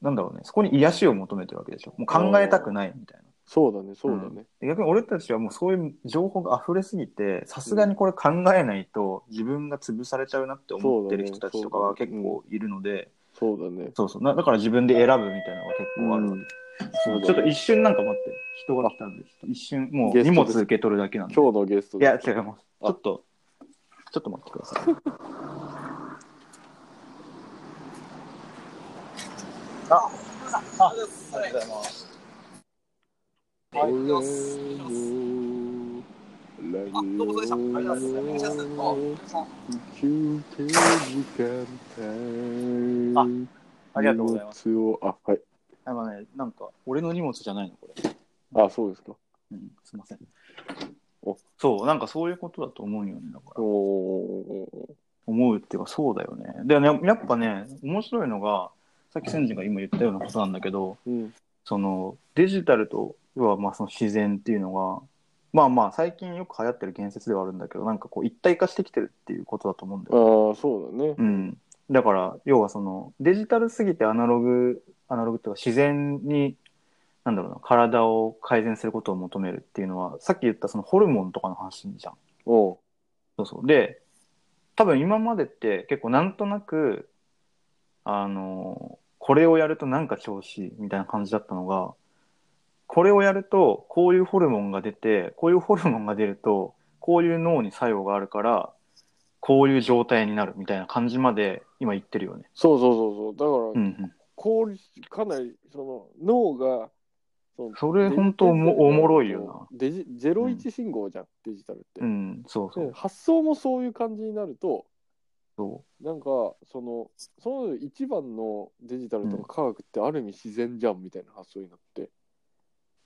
B: なんだろうね、そこに癒しを求めてるわけでしょ。もう考えたくないみたいな。
C: そうだね、そうだね。
B: で逆に俺たちはもうそういう情報が溢れすぎて、さすがにこれ考えないと自分が潰されちゃうなって思ってる人たちとかは結構いるので、
C: そうだね。
B: そうそう。なだから自分で選ぶみたいなのが結構あるわけ。
C: そうだね
B: ちょっと一瞬なんか待って、人が来たんです。一瞬、もう
C: ゲス
B: 荷
C: トです
B: 物受け取るだけなんで。
C: 今日のゲスト
B: い
C: で
B: や、
C: す
B: 違います。ちょっと、ちょっと待ってください。 [LAUGHS] あ、あ、ありがとうございます。
C: ラジオラジオ
A: どうもそうでした。ありがとうございます。
C: 休憩時間
B: あ
C: 帯
B: ありがとうございます。
C: す。あ、はい。
B: あのね、なんか、俺の荷物じゃないの、これ。
C: あ、そうですか。
B: うん、すいません。
C: お
B: そう、なんかそういうことだと思うよね、だから。
C: お
B: 思うっていうか、そうだよね。でね、やっぱね、面白いのが、さっき千人が今言ったようなことなんだけど、
C: うん。
B: そのデジタルと要はまあその自然っていうのがまあまあ最近よく流行ってる言説ではあるんだけどなんかこう一体化してきてるっていうことだと思うんだ
C: ああ
B: よ、、
C: そうだね。
B: うん、だから要はそのデジタルすぎてアナログアナログっていうか自然になんだろうな体を改善することを求めるっていうのはさっき言ったそのホルモンとかの話じゃん
C: おう
B: そうそうで多分今までって結構なんとなくあのこれをやるとなんか調子いいみたいな感じだったのがこれをやるとこういうホルモンが出てこういうホルモンが出るとこういう脳に作用があるからこういう状態になるみたいな感じまで今言ってるよね。
C: そうそうそ
B: う
C: うそう。だから、
B: んうん、
C: 効率、かなり、その、脳が、その
B: それ本当おも
C: デジタル
B: おもろいよ
C: デジゼロ一信号じゃん、デジタルって、
B: うん、そうそう
C: で発想もそういう感じになると、
B: そ
C: なんかそのその一番のデジタルとか科学ってある意味自然じゃんみたいな発想になって、
B: う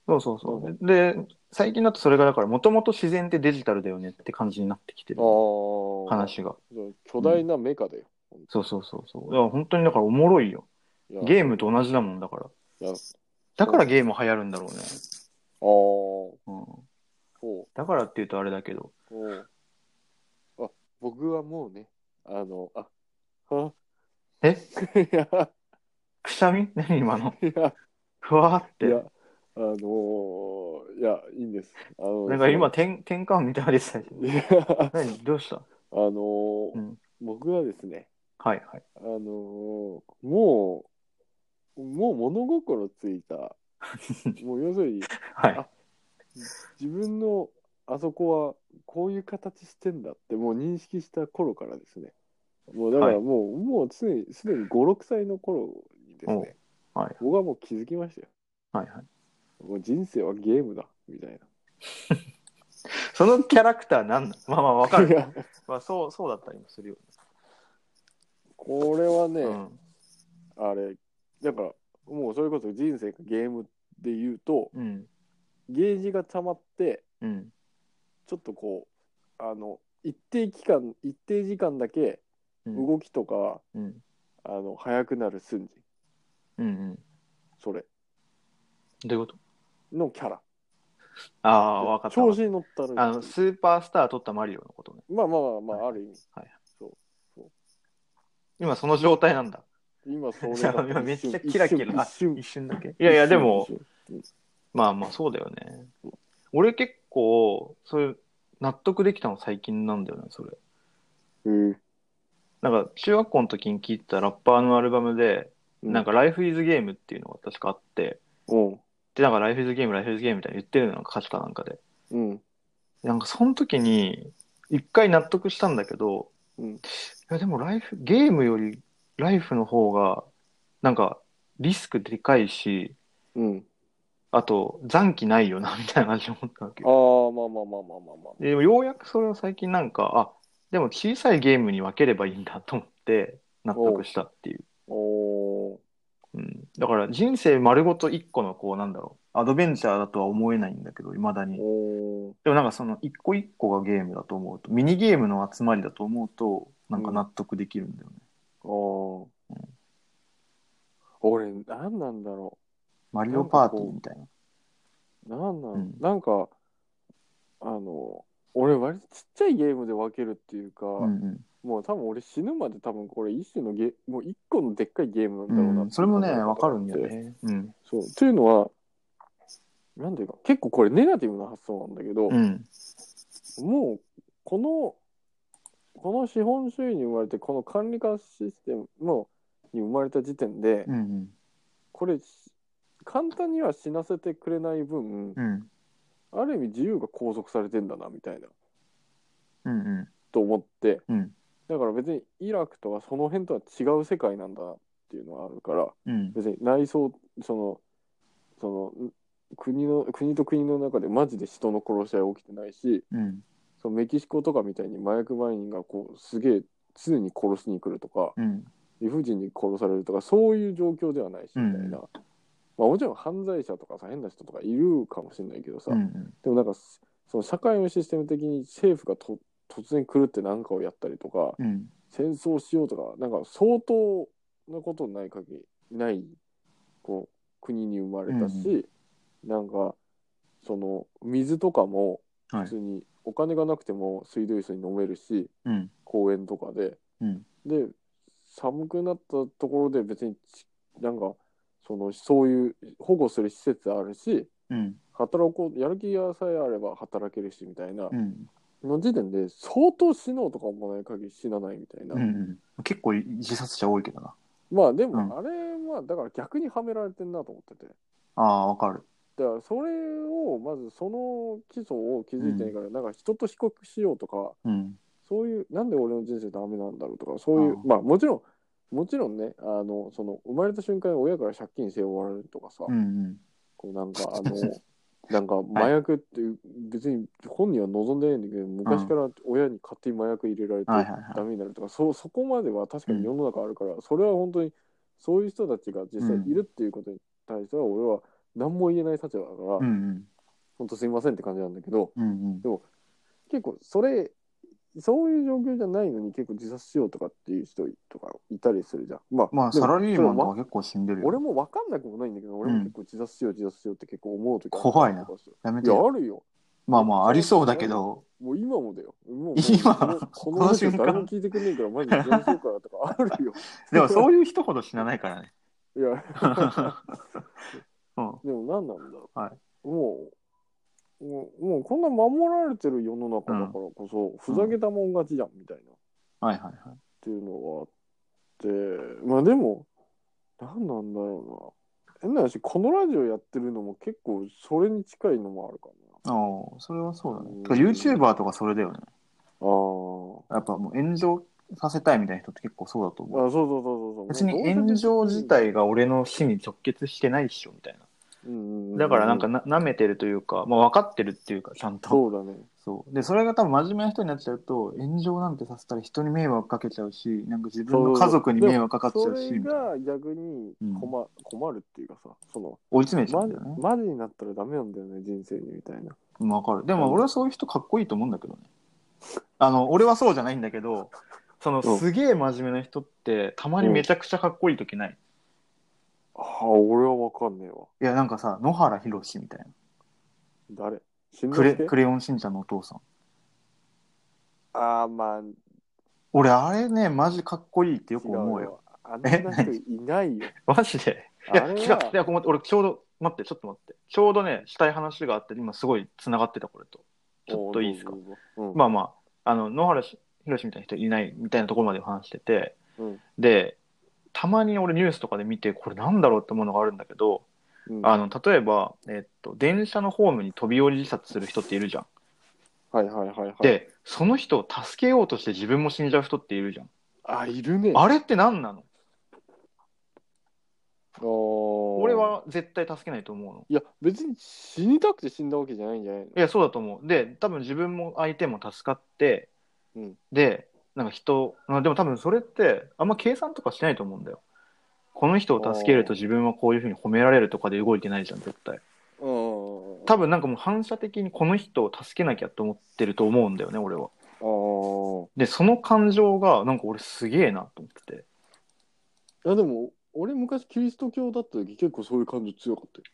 B: そうそうそう。で、最近だとそれがだから、もともと自然ってデジタルだよねって感じになってきてる。
C: ああ
B: 話が。
C: 巨大なメカだよ、
B: そうそうそうそう。いや、本当にだからおもろいよ。
C: いや
B: ゲームと同じだもんだから。
C: いやああ
B: だからゲーム流行るんだろうね。
C: そ
B: うん。
C: う
B: だからって言うとあれだけど。
C: そうあ僕はもうねあのあは
B: え
C: [LAUGHS] いや
B: くしゃみ [LAUGHS] 何今の。
C: いや
B: ふわーっ
C: いや
B: て。
C: あのーいやいいんですあの
B: なんか今、転転換みたいなでした
C: いや
B: 何どうした
C: あのー
B: うん
C: 僕はですね
B: はいはい。
C: あのーもうもう物心つ
B: [LAUGHS]
C: いたもう要するに
B: はい。
C: 自分のあそこはこういう形してんだってもう認識した頃からですねもうだか
B: は
C: ら
B: い
C: もう、もう常にすでに56歳の頃にですね、
B: おはい
C: 僕はもう気づきましたよ
B: はいはい。
C: もう人生はゲームだみたいな
B: そのキャラクターなんだまあまあわか
C: [LAUGHS] い
B: る。
C: や
B: まあそう、そうだったりもするよ。
C: これはね、
B: うん。
C: あれだからもうそれこそ人生かゲームで言うと
B: うん。
C: ゲージが溜まって
B: うん。
C: ちょっとこうあの一定期間一定時間だけ
B: うん。
C: 動きとか、
B: うん。
C: あの速くなる寸人
B: うんうん。
C: それ
B: どういうこと
C: のキャラ
B: ああ、わかったわ。
C: 調子に乗ったら
B: あの、スーパースター取ったマリオのことね。
C: まあまあまあまあある意味
B: 今その状態なんだ。
C: 今それ
B: いや今
C: が
B: めっ
C: 一
B: ちゃ
C: 瞬
B: キラキラ
C: 一瞬
B: 一
C: 一
B: 瞬
C: 瞬
B: だけ。いやいや、でも
C: 一、瞬
B: まあまあそうだよね。俺結構、そういう、納得できたの最近なんだよね、それ。
C: うん
B: なんか、中学校の時に聴いてたラッパーのアルバムで、
C: う
B: なんか、Life is Game っていうのが確かあって、
C: うん
B: で、なんか、Life is Game、Life is Game みたいな言ってるのが歌詞かなんかで。
C: うん
B: なんか、その時に、一回納得したんだけど、
C: うん
B: いや、でも、ライフ、ゲームより、ライフの方が、なんか、リスクでかいし、
C: うん
B: あと、残機ないよな、みたいな感じで思ったわけ
C: ああ
B: よ。
C: まあまあまあまあまあまあ
B: で、でもようやくそれを最近なんか、あ、でも小さいゲームに分ければいいんだと思って、納得したっていう。
C: おー
B: うん、だから人生丸ごと一個のこうなんだろうアドベンチャーだとは思えないんだけどいまだに
C: おー
B: でもなんかその一個一個がゲームだと思うとミニゲームの集まりだと思うとなんか納得できるんだよね、
C: あー俺何なんだろ
B: マリオパーティーみたいな
C: う何なん、
B: うん
C: なんかあの俺割とちっちゃいゲームで分けるっていうか、
B: うん
C: もう多分俺死ぬまで多分これ一種のゲもう一個のでっかいゲームな
B: う
C: んだろうな、
B: ん、うん、それもねわかるんだよねうん
C: そうというのはなんていうか結構これネガティブな発想なんだけど、
B: うん
C: もうこのこの資本主義に生まれてこの管理化システムのに生まれた時点で、
B: うん
C: これし簡単には死なせてくれない
B: うん
C: 分、
B: うん
C: ある意味自由が拘束されてんだなみたいな
B: うんうん
C: と思って、
B: うん
C: だから別にイラクとはその辺とは違う世界なんだなっていうのはあるから
B: うん
C: 別に内装そのそのん国の国と国の中でマジで人の殺し合い起きてないし
B: うん
C: そのメキシコとかみたいに麻薬売人がこうすげえ常に殺しに来るとか
B: うん
C: 理不尽に殺されるとかそういう状況ではないしみたいな、
B: う
C: まあ、もちろん犯罪者とかさ変な人とかいるかもしれないけどさ、
B: うん
C: でもなんかすその社会のシステム的に政府がと突然狂って何かをやったりとか
B: うん
C: 戦争しようとかなんか相当なことない限りないこう国に生まれたし、なんかその水とかも
B: はい
C: 普通にお金がなくても水道水に飲めるし、
B: うん
C: 公園とかで、
B: うん
C: で寒くなったところで別にちなんかそのそういう保護する施設あるし
B: うん
C: 働こうやる気がさえあれば働けるしみたいな
B: う、ん
C: の時点で相当死のうとか思わない限り死なないみたいな、
B: うん結構自殺者多いけどな
C: まあで
B: うん
C: もあれはだから逆にはめられてんなと思ってて
B: ああわかる
C: だからそれをまずその基礎を築いてないから、なんか人と比較しようとか
B: うん
C: そういうなんで俺の人生ダメなんだろうとかそういう
B: ああ
C: まあもちろんもちろんねあのその生まれた瞬間に親から借金背負われるとかさ、
B: うん
C: こうなんかあの [LAUGHS] なんか麻薬って別に本人は望んでないんだけど、昔から親に勝手に麻薬入れられて
B: はいはいはい
C: ダメになるとか、そそこまでは確かに世の中あるから、それは本当にそういう人たちが実際いるっていうことに対しては俺は何も言えない立場だから、
B: うんうん
C: 本当すいませんって感じなんだけど
B: うんうん
C: 結構それそういう状況じゃないのに結構自殺しようとかっていう人とかいたりするじゃん。まあ、
B: まあ
C: でも
B: サラリーマン
C: それ
B: と
C: は
B: か結構死んでるよ
C: 俺も分かんなくもないんだけど俺も結構自殺しよう自殺しようって結構思う時ある
B: 怖いなやめ
C: い
B: て
C: や
B: よ
C: あるよ
B: まあまあありそうだけど
C: もう今もだよもう
B: 今
C: このこの
B: この
C: 話
B: 瞬間
C: 誰も聞いてくんねえからマジで自殺しようからとかあるよ
B: でもそういう人ほど死なないからね
C: いや
B: うん
C: でも何なんだろう、
B: はい
C: もうもうもうこんな守られてる世の中だからこそ、ふざけたもん勝ちじゃんみたいなっ
B: はいはいはい
C: ていうのがあってまあでも何なんだろうな変な話このラジオやってるのも結構それに近いのもあるかな
B: ああそれはそうだね
C: うん
B: てか YouTuber とかそれだよね
C: あー
B: やっぱもう炎上させたいみたいな人って結構そうだと思う
C: あそうそうそうそうそう
B: 別に炎上自、体が俺の死に直結してないっしょみたい
C: うんうんう
B: なだからなんかな舐めてるというか、まあ、分かってるっていうかちゃんと
C: そうだね
B: そう。で、それが多分真面目な人になっちゃうと、炎上なんてさせたら人に迷惑かけちゃうし、なんか自分の家族に迷惑かかっちゃうし、みたい
C: そ
B: な
C: れが逆に困,、困るっていうかさその
B: 追い詰めちゃう
C: マ
B: ん
C: ジ
B: だよね。
C: マジになったらダメなんだよね人生にみたいな
B: まあ、わかる。でも俺はそういう人かっこいいと思うんだけどね。あの、俺はそうじゃないんだけど、その
C: うん
B: すげえ真面目な人って、たまにめちゃくちゃかっこいい時ない。
C: ああ俺はわかんねえわ
B: いや、なんかさ、野原ひろしみたいな。
C: 誰しん
B: ク
C: ど
B: レ
C: い
B: クレヨンしんちゃんのお父さん。
C: ああまあ
B: 俺、あれね、マジかっこいいってよく思う
C: 違
B: よ。
C: あんな人いないよ
B: マジで。 [LAUGHS] いや、
C: あ
B: 違う。
C: れ
B: い
C: は
B: や、ごめん俺、ちょうど、待って、ちょっと待って。ちょうどね、したい話があって、今すごい繋がってた、これと。ちょっといいですか
C: お。うどうぞどうぞうん
B: まあまあ、あの、野原ひろしみたいな人いないみたいなところまで話してて、
C: うん
B: で、たまに俺ニュースとかで見て、これなんだろうって思うのがあるんだけど、
C: うん
B: あの、例えば、えっと、電車のホームに飛び降り自殺する人っているじゃん。
C: はいはいはいはい
B: で、その人を助けようとして自分も死んじゃう人っているじゃん。
C: あいるね
B: あれって何なの俺
C: 俺
B: は絶対助けないと思うの。
C: いや別に死にたくて死んだわけじゃないんじゃないの
B: いや、そうだと思う。で、多分自分も相手も助かって、
C: うん
B: で、なんか人、まあでも多分それって、あんま計算とかしないと思うんだよ。この人を助けると自分はこういうふうに褒められるとかで動いてないじゃん、絶対。
C: うん
B: 多分なんかもう反射的にこの人を助けなきゃと思ってると思うんだよね、俺は。
C: ああ
B: で、その感情が、なんか俺すげえなと思ってて。
C: いやでも俺昔キリスト教だった時結構そういう感じ強かったよ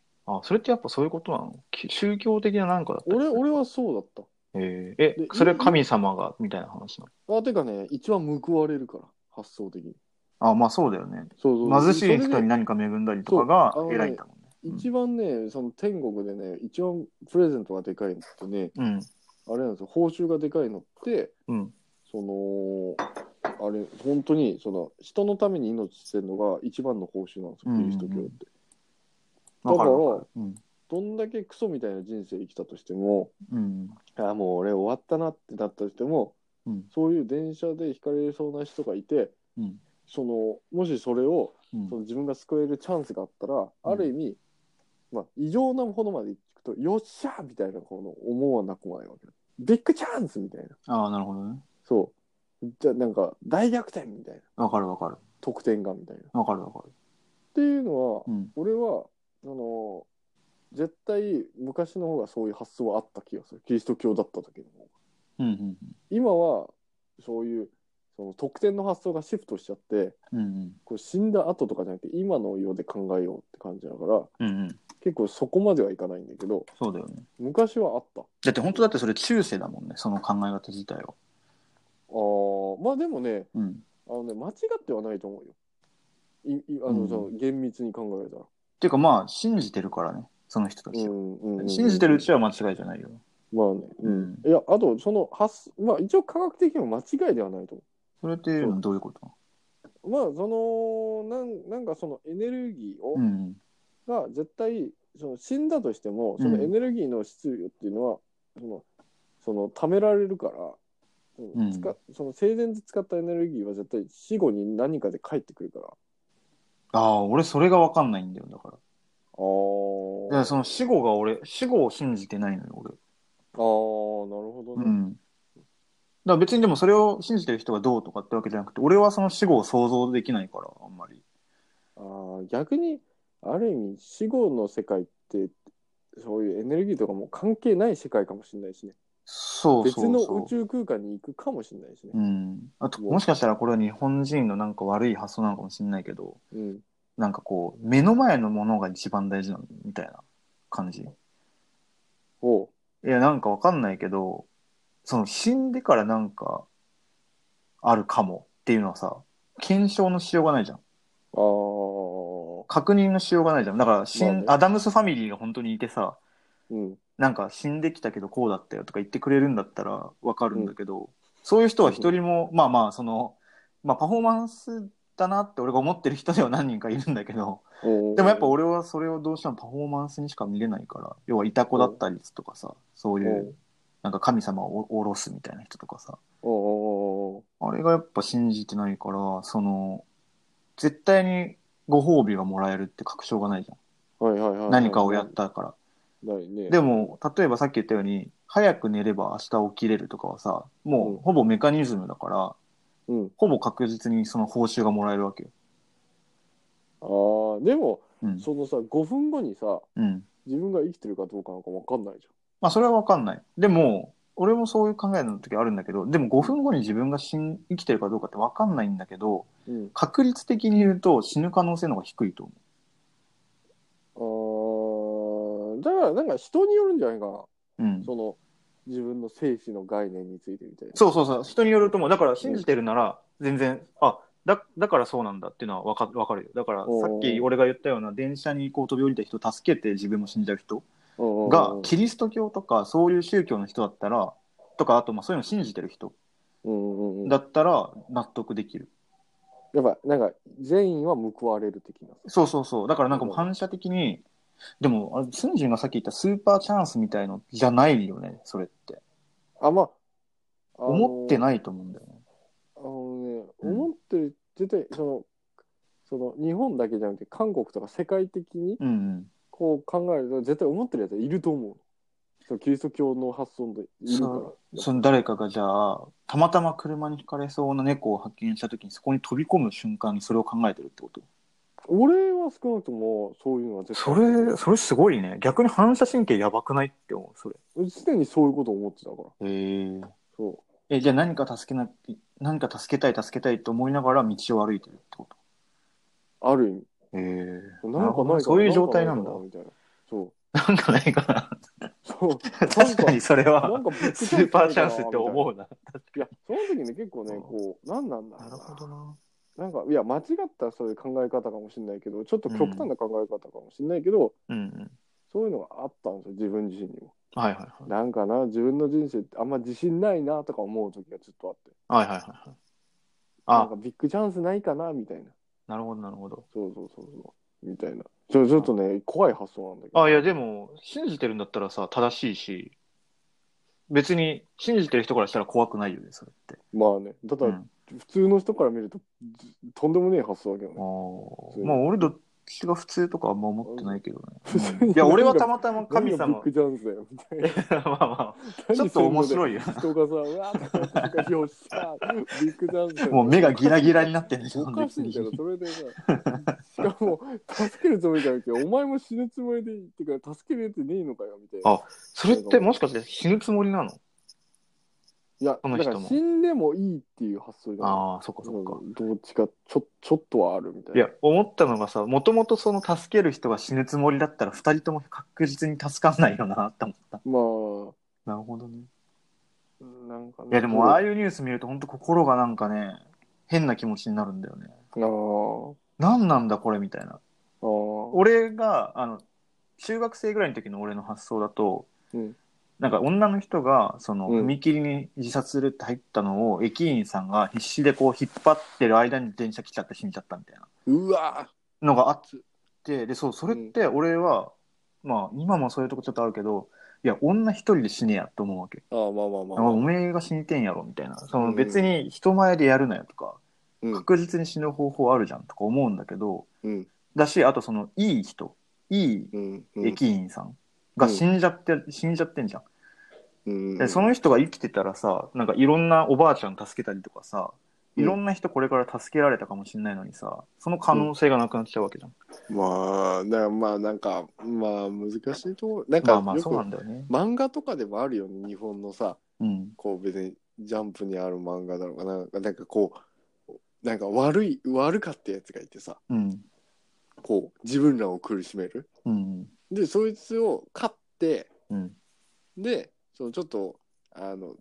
B: あ、それってやっぱそういうことなのき宗教的ななんかだったり [LAUGHS]
C: 俺
B: する
C: 俺はそうだっ
B: えーえ
C: で、
B: それ神様が、みたいな話な
C: たあてかね一番報われるから発想的に
B: のあ、まあそうだよね。
C: そうそうそう
B: 貧しい
C: そ
B: 人
C: れ
B: に
C: ね
B: 何か恵んだりとかが
C: そうあのね
B: 偉いんだもんね。
C: 一番ねその天国でね一番プレゼントがでかいのってね
B: うん。
C: あれなんですよ報酬がでかいのって
B: うん。
C: そのあれ本当にその人のために命捨てるのが一番の報酬なんですよキリスト教って、
B: うんうんうんわかるわかる。うん。
C: どんだけクソみたいな人生生きたとしても
B: うん。
C: あもう俺終わったなってなったとしても、
B: うん
C: そういう電車でひかれそうな人がいて
B: うん。
C: そのもしそれを
B: うん
C: その自分が救えるチャンスがあったら、ある意味、まあ、異常なほどまでいくとよっしゃーみたいなこの思わなくもないわけビッグチャンスみたいな
B: ああ、なるほどね。
C: そうじゃあなんか大逆転みたいな
B: わかるわかる。
C: 得点がみたいなっ
B: わかるわかる。
C: ていうのは、
B: うん。
C: 俺はあの絶対昔の方がそういう発想はあった気がするキリスト教だった時の方が。
B: うんうん
C: 今はそういうその得点の発想がシフトしちゃって
B: うん。うん
C: こう死んだ後とかじゃなくて今の世で考えようって感じだから
B: うん。うんうん。
C: 結構そこまではいかないんだけど
B: そうだよね。
C: 昔はあったあ
B: だって本当だってそれ中世だもんね、その考え方自体は。
C: ーまあでもね
B: うん。
C: あのね間違ってはないと思うよいいあの、
B: うん
C: その厳密に考えたら、
B: っていうかまあ、信じてるからね、その人たちを。
C: んう
B: 信じてるうちは間違いじゃないよ。
C: まあね、う、
B: うんん。
C: いやあとその発まあ一応科学的にも間違いではないと思う
B: それっていうのはどういうこと
C: まあそのなんなんかそのエネルギーを、
B: うん。
C: が絶対その死んだとしても
B: うん
C: そのエネルギーの質量っていうのは、そのその貯められるからその,、
B: うん
C: 使その生前で使ったエネルギーは絶対死後に何かで返ってくるから
B: ああ、俺それがわかんないんだよ、だから。
C: あ
B: い
C: ー
B: や、その死後が俺、死後を信じてないのよ、俺。
C: あー、なるほど
B: う
C: ね。
B: ん。だから別にでもそれを信じてる人がどうとかってわけじゃなくて、俺はその死後を想像できないから、あんまり。
C: ああ、逆に、ある意味、死後の世界って、そういうエネルギーとかも関係ない世界かもしれないしね。
B: そうそうそう。
C: 別の宇宙空間に行くかもしれないしね
B: う。ん。あと、もしかしたらこれは日本人のなんか悪い発想なのかもしれないけど、
C: うん。
B: なんかこう、目の前のものが一番大事なのみたいな感じ。い
C: おう。
B: や、なんかわかんないけど、その死んでからなんか、あるかもっていうのはさ、検証のしようがないじゃん。
C: ああ。
B: 確認のしようがないじゃん。だから、死ん
C: まあね
B: アダムスファミリーが本当にいてさ、
C: うん。
B: なんか死んできたけどこうだったよとか言ってくれるんだったらわかるんだけど、そういう人は一人も、まあまあその、まあ、パフォーマンスだなって俺が思ってる人では何人かいるんだけど
C: おう
B: でもやっぱ俺はそれをどうしてもパフォーマンスにしか見れないから要はいた子だったりとかさそうい
C: お
B: う
C: う
B: なんか神様をお降ろすみたいな人とかさ
C: おうおうおう
B: あれがやっぱ信じてないからその絶対にご褒美がもらえるって確証がないじゃん
C: おうはいはいはいはい。
B: 何かをやったから。
C: ないね。
B: でも、例えばさっき言ったように、早く寝れば明日起きれるとかはさ、も
C: うん
B: うほぼメカニズムだから、
C: うん。
B: ほぼ確実にその報酬がもらえるわけよ。
C: ああ、でも、
B: うん。
C: そのさ、5分後にさ、
B: うん。
C: 自分が生きてるかどうかなんかわかんないじ
B: まあそれはわかんない。でも、俺もそういう考えの時あるんだけど、でも5分後に自分が死ん生きてるかどうかってわかんないんだけど、
C: ゃん。うん。
B: 確率的に言うと死ぬ可能性の方が低いと思
C: あーだからなんか人によるんじゃないかな
B: う。うん。
C: その自分の生死の概念についてみたいな
B: そうそうそう。人によると思う。だから信じてるなら、全然、あ、だ、だからそうなんだっていうのはわかわかるよ。だから
C: おー
B: さっき俺が言ったような電車にこう飛び降りた人を助けて自分も死んじゃう人
C: うんうんうん
B: が、キリスト教とかそういう宗教の人だったら、とか、あとまあそういうの信じてる人
C: うんうんうん、
B: だったら納得できる。
C: やっぱなんか善意は報われる的な
B: そうそうそう。だからなんかもう反射的に、でも、あれスンジンがさっき言ったスーパーチャンスみたいのじゃないよね、それって。
C: あまああの
B: 思ってないと思うんだよね。
C: あのね
B: うん
C: 思ってる絶対そのその日本だけじゃなくて韓国とか世界的に
B: うんうん。
C: こう考えると絶対思ってるやつはいると思うそのキリスト教の発想でいるから
B: その誰かがじゃあたまたま車にひかれそうな猫を発見した時にそこに飛び込む瞬間にそれを考えてるってこと
C: 俺は少なくともそういうのは絶対
B: それすごいね逆に反射神経やばくないって思うそれ
C: すでにそういうことを思ってたから
B: へえ
C: そう
B: えじゃあ何か助けな何か助けたい助けたいと思いながら道を歩いてるってこ
C: ある意味
B: とへえ
C: なんかないかな
B: そういう状態なんだ
C: かいかみたいなそう
B: なんかないか
C: そう
B: な確か [LAUGHS] にそれ
C: な
B: は
C: んかビッグ
B: スーパーチャンスって
C: う
B: 思うない
C: やその時ね結構ねこう何なんだろう
B: な
C: なんかいや間違ったそういう考え方かもしれないけどちょっと極端な考え方かもしれないけど、
B: うんうん
C: そういうのがあったんですよ自分自身にも
B: はいはいはい
C: なんかな自分の人生ってあんま自信ないなとか思う時がずっとあって
B: はいはいはい
C: なん
B: あ
C: かビッグチャンスないかなみたいな
B: なるほどなるほど
C: そうそうそうそうみたいなちょちょっとね怖い発想なんだけど
B: あ、いや、でも、信じてるんだったらさ、正しいし、別に、信じてる人からしたら怖くないよね、それって。
C: まあねただ
B: うん、
C: 普通の人から見るとずとんでもねえ発想だけどね
B: あ
C: そう
B: ーまあ、俺どっちが普通とかあんま思ってないけどね。
C: うん
B: うんいや、俺はたまたま神
C: 何が
B: 様
C: ビッグ。チャンスだよみたいな
B: まあまあ、
C: 何
B: [LAUGHS] ちょっと面白
C: い
B: いよ。
C: 人がさうわーとかとかよっしゃービッグチャンスだよ
B: もう目がギラギラになってるんでしょ、
C: おかしいんだよ
B: 別に
C: それでさしかも助けるつもりじゃなくてお前も死ぬつもりでっていうか助けるやつねえのかよみたいな
B: あそれってもしかして死ぬつもりなの
C: いや
B: こ
C: だ
B: の
C: か
B: 人
C: ら
B: も
C: 死んでもいいっていう発想じゃない
B: ああ、そっかそっか。
C: うんどっちかちょちょっとはあるみたい
B: い
C: な
B: や、思ったのがさ、もともとその助ける人が死ぬつもりだったら、二人とも確実に助かんないよな、って思った。
C: ま
B: なるほどね。
C: あなんかね
B: いやでもああ
C: い
B: いうニュース見ると本当心がなんかね変な気持ちになるんだよね。
C: あー
B: 何なんだこれみたいな。
C: あー
B: 俺があの中学生ぐらいの時の俺の発想だと、
C: うん
B: なんか女の人がその
C: うん
B: 踏切に自殺するって入ったのを駅員さんが必死でこう引っ張ってる間に電車来ちゃって死んじゃったみたいな
C: うわ
B: のがあってでそうそれって俺は、まあ今もそういうとこちょっとあるけどいや女一人で死ねやと思うわけ。
C: ーあーまあまあまあ
B: あ
C: まあ、
B: おめえが死にてんやろみたいなそ
C: うん
B: の別に人前でやるなよとか、
C: うん
B: 確実に死ぬ方法あるじゃんとか思うんだけど
C: うん
B: だしあとそのいい人いい
C: うんうん
B: 駅員さんが死んじゃって、死んじゃってんじゃん。
C: うん
B: でその人が生きてたらさなんかいろんなおばあちゃん助けたりとかさいろんな人これから助けられたかもしれないのにさその可能性がなくなっちゃうわけじゃん、
C: まあなまあなんかまあ難しいところなん
B: ま
C: か
B: あまあ
C: よ
B: そうなん
C: く
B: だよね
C: 漫画とかでもあるよね日本のさ
B: うん
C: こう別にジャンプにある漫画だろうかなんかなんかこうなんか悪い悪かったやつがいてさ
B: うん
C: こう自分らを苦しめる
B: うん
C: でそいつを勝って
B: うん
C: でそのちょっとあの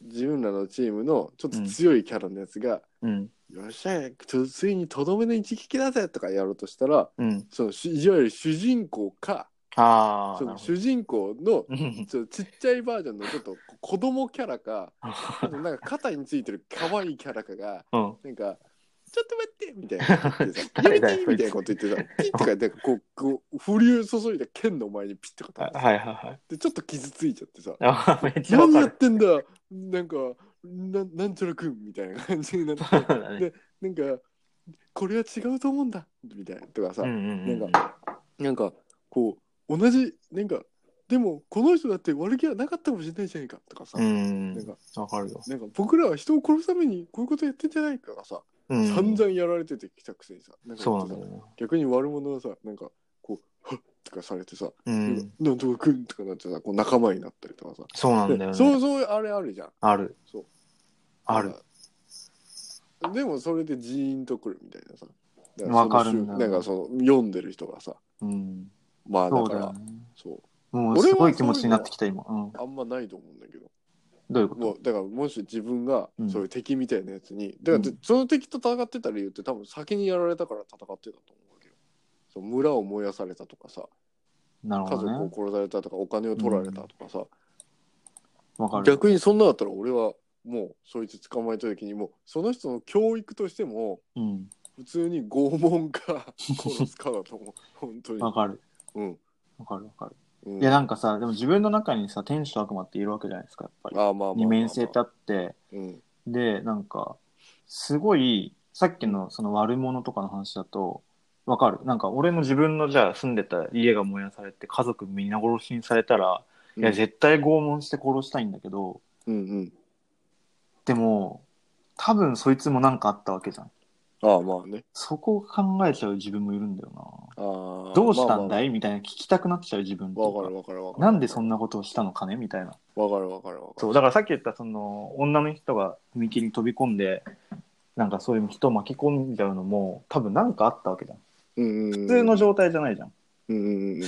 C: 自分らのチームのちょっと強いキャラのやつが
B: うん
C: 「よっしゃとついにとどめの一撃だぜ!」とかやろうとしたら
B: うん
C: そのしいわゆる主人公か
B: ああ
C: その主人公の
B: うん
C: ちょちっちゃいバージョンのちょっとこ子供キャラ
B: [LAUGHS]
C: かあとなんか肩についてる可愛いキャラかが
B: うん
C: なんか「ちょっと待って!」み
B: [LAUGHS]
C: たいなこと言ってさ「や
B: 誰
C: め
B: だよそいつ
C: て!」みたいなこと言ってさピッとかなんかこうこう振り注いだ剣の前にピッとか
B: あ
C: 立って
B: はいはいはい
C: でちょっと傷ついちゃってさ
B: あ [LAUGHS] めっちゃわ
C: 何
B: か
C: やっ
B: る
C: てんだなんかななんちゃらくんみたいな感じになって
B: そうだね
C: なんかこれは違うと思うんだみたいなとかさ、
B: うんうんうん
C: なんかこう同じなんかでもこの人だって悪気はなかったかもしれないじゃないかとかさ、
B: うん
C: なんか
B: わかるよ、
C: なんか僕らは人を殺すためにこういうことやってんじゃないかがさ、
B: うん、
C: 散々やられててきたくせにさなんか
B: そうなんだよね
C: 逆に悪者はさなんかこう「は [LAUGHS] っ」とかされてさ「
B: う
C: なんか
B: ん
C: なんとかくん」とかなってさこう仲間になったりとかさ、
B: そうなんだよ
C: でそ
B: ね
C: うそうあれあるじゃん
B: ある
C: そう
B: ある
C: なんかでもそれでジーンとくるみたいなさだら
B: わかる
C: その
B: んだよね
C: なんかその読んでる人がさ
B: うん
C: まあだ
B: そう
C: か
B: だよ
C: ら
B: ね
C: そう
B: も
C: 俺
B: う
C: は
B: すごい気持ちになってきた今、うん、
C: あんまないと思うんだけど
B: どういうこ
C: も
B: と
C: うだからもし自分が
B: うん
C: そういう敵みたいなやつに、だからで
B: うん
C: その敵と戦ってた理由って多分先にやられたから戦ってたと思うわけどそう村を燃やされたとかさ
B: なる
C: 家
B: ほ
C: 族
B: ど
C: を
B: ね
C: 殺されたとかお金を取られたとかさ、
B: わかる
C: 逆にそんなだったら俺はもうそいつ捕まえた時にもうその人の教育としても
B: うん
C: 普通に拷
B: [LAUGHS]
C: 問か殺すかだと思う本当に
B: わかる。
C: うん、
B: わかるわかる。
C: うん、
B: いや、なんかさ、でも自分の中にさ、天使と悪魔っているわけじゃないですか、やっぱり。
C: ああまあまあまあまあ
B: 二面性ってあって、
C: うん
B: で、なんか、すごい、さっきのその悪者とかの話だと、わかる。なんか、俺の自分のじゃあ住んでた家が燃やされて、家族皆殺しにされたら、いや、絶対拷問して殺したいんだけど、
C: うんうん
B: でも、多分そいつもなんかあったわけじゃん。
C: ああまあね
B: そこを考えちゃう自分もいるんだよ
C: ああ
B: な。どうしたんだ
C: い
B: いみたいな聞きたくなっちゃう自分
C: わ、
B: と
C: か
B: か
C: る。わかるわかる
B: なんでそんなことをしたのかねみたいな。
C: わかるわかるわかる
B: そうだからさっき言ったその女の人が踏切に飛び込んでなんかそういう人を巻き込んじゃうのも多分なんかあったわけじゃん
C: うんうんうん
B: 普通の状態じゃないじゃん、
C: うんうんうん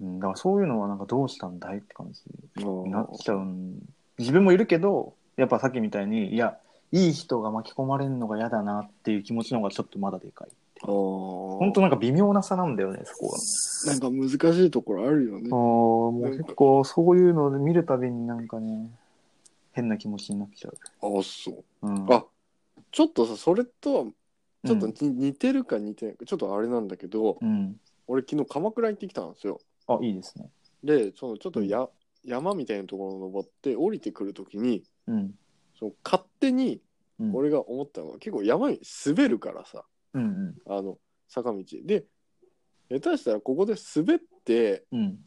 B: うん、だからそういうのはなんかどうしたんだいって感じ
C: う
B: に
C: ん
B: な
C: あ
B: っちゃうん自分もいるけどやっぱさっきみたいにいやいい人が巻き込まれるのが嫌だなっていう気持ちの方がちょっとまだでかい
C: あ本
B: 本当なんか微妙な差なんだよねそこは
C: なんか難しいところあるよ
B: あ
C: ね
B: ーもう結構そういうのを見るたびになんかね変な気持ちになっちゃう、
C: あそう
B: うん、
C: あちょっとさそれとはちょっと
B: うん
C: に似てるか似てないかちょっとあれなんだけど
B: うん、
C: 俺昨日鎌倉行ってきたんですよ
B: あいいですね
C: でそのちょっとや、山みたいなところを登って降りてくるときに
B: うん
C: その勝手に
B: うん
C: 俺が思ったのは、結構山に滑るからさ
B: うん
C: あの坂道で下手したらここで滑って
B: うんうん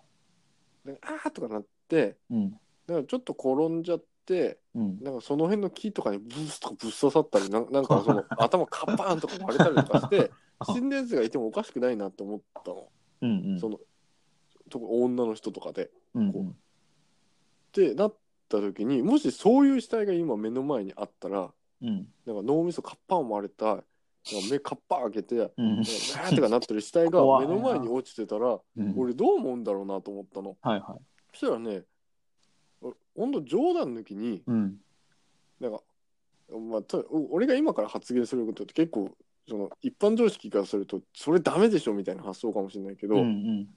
C: なんかあーとかなって
B: うん
C: なんかちょっと転んじゃって
B: うん
C: なんかその辺の木とかにブースとかぶっ刺さったりなんなん
B: [LAUGHS]
C: かその頭カッパーンとか割れたりとかして死んだやつがいてもおかしくないなって思ったの、
B: うんうん
C: その特に女の人とかで。
B: うん
C: こってなった時にもしそういう死体が今目の前にあったら
B: うん
C: なんか脳みそカッパン割れたなんか目カッパ開けてなんか
B: うん
C: バーってかなってる死体が
B: 怖
C: 目
B: いな
C: の前に落ちてたら
B: うん
C: 俺どう思うんだろうなと思ったの
B: はいはい
C: そしたらね俺ほんと冗談抜きに
B: うん
C: なんか、まあ、と俺が今から発言することって結構その一般常識からするとそれダメでしょみたいな発想かもしれないけど、
B: うんうん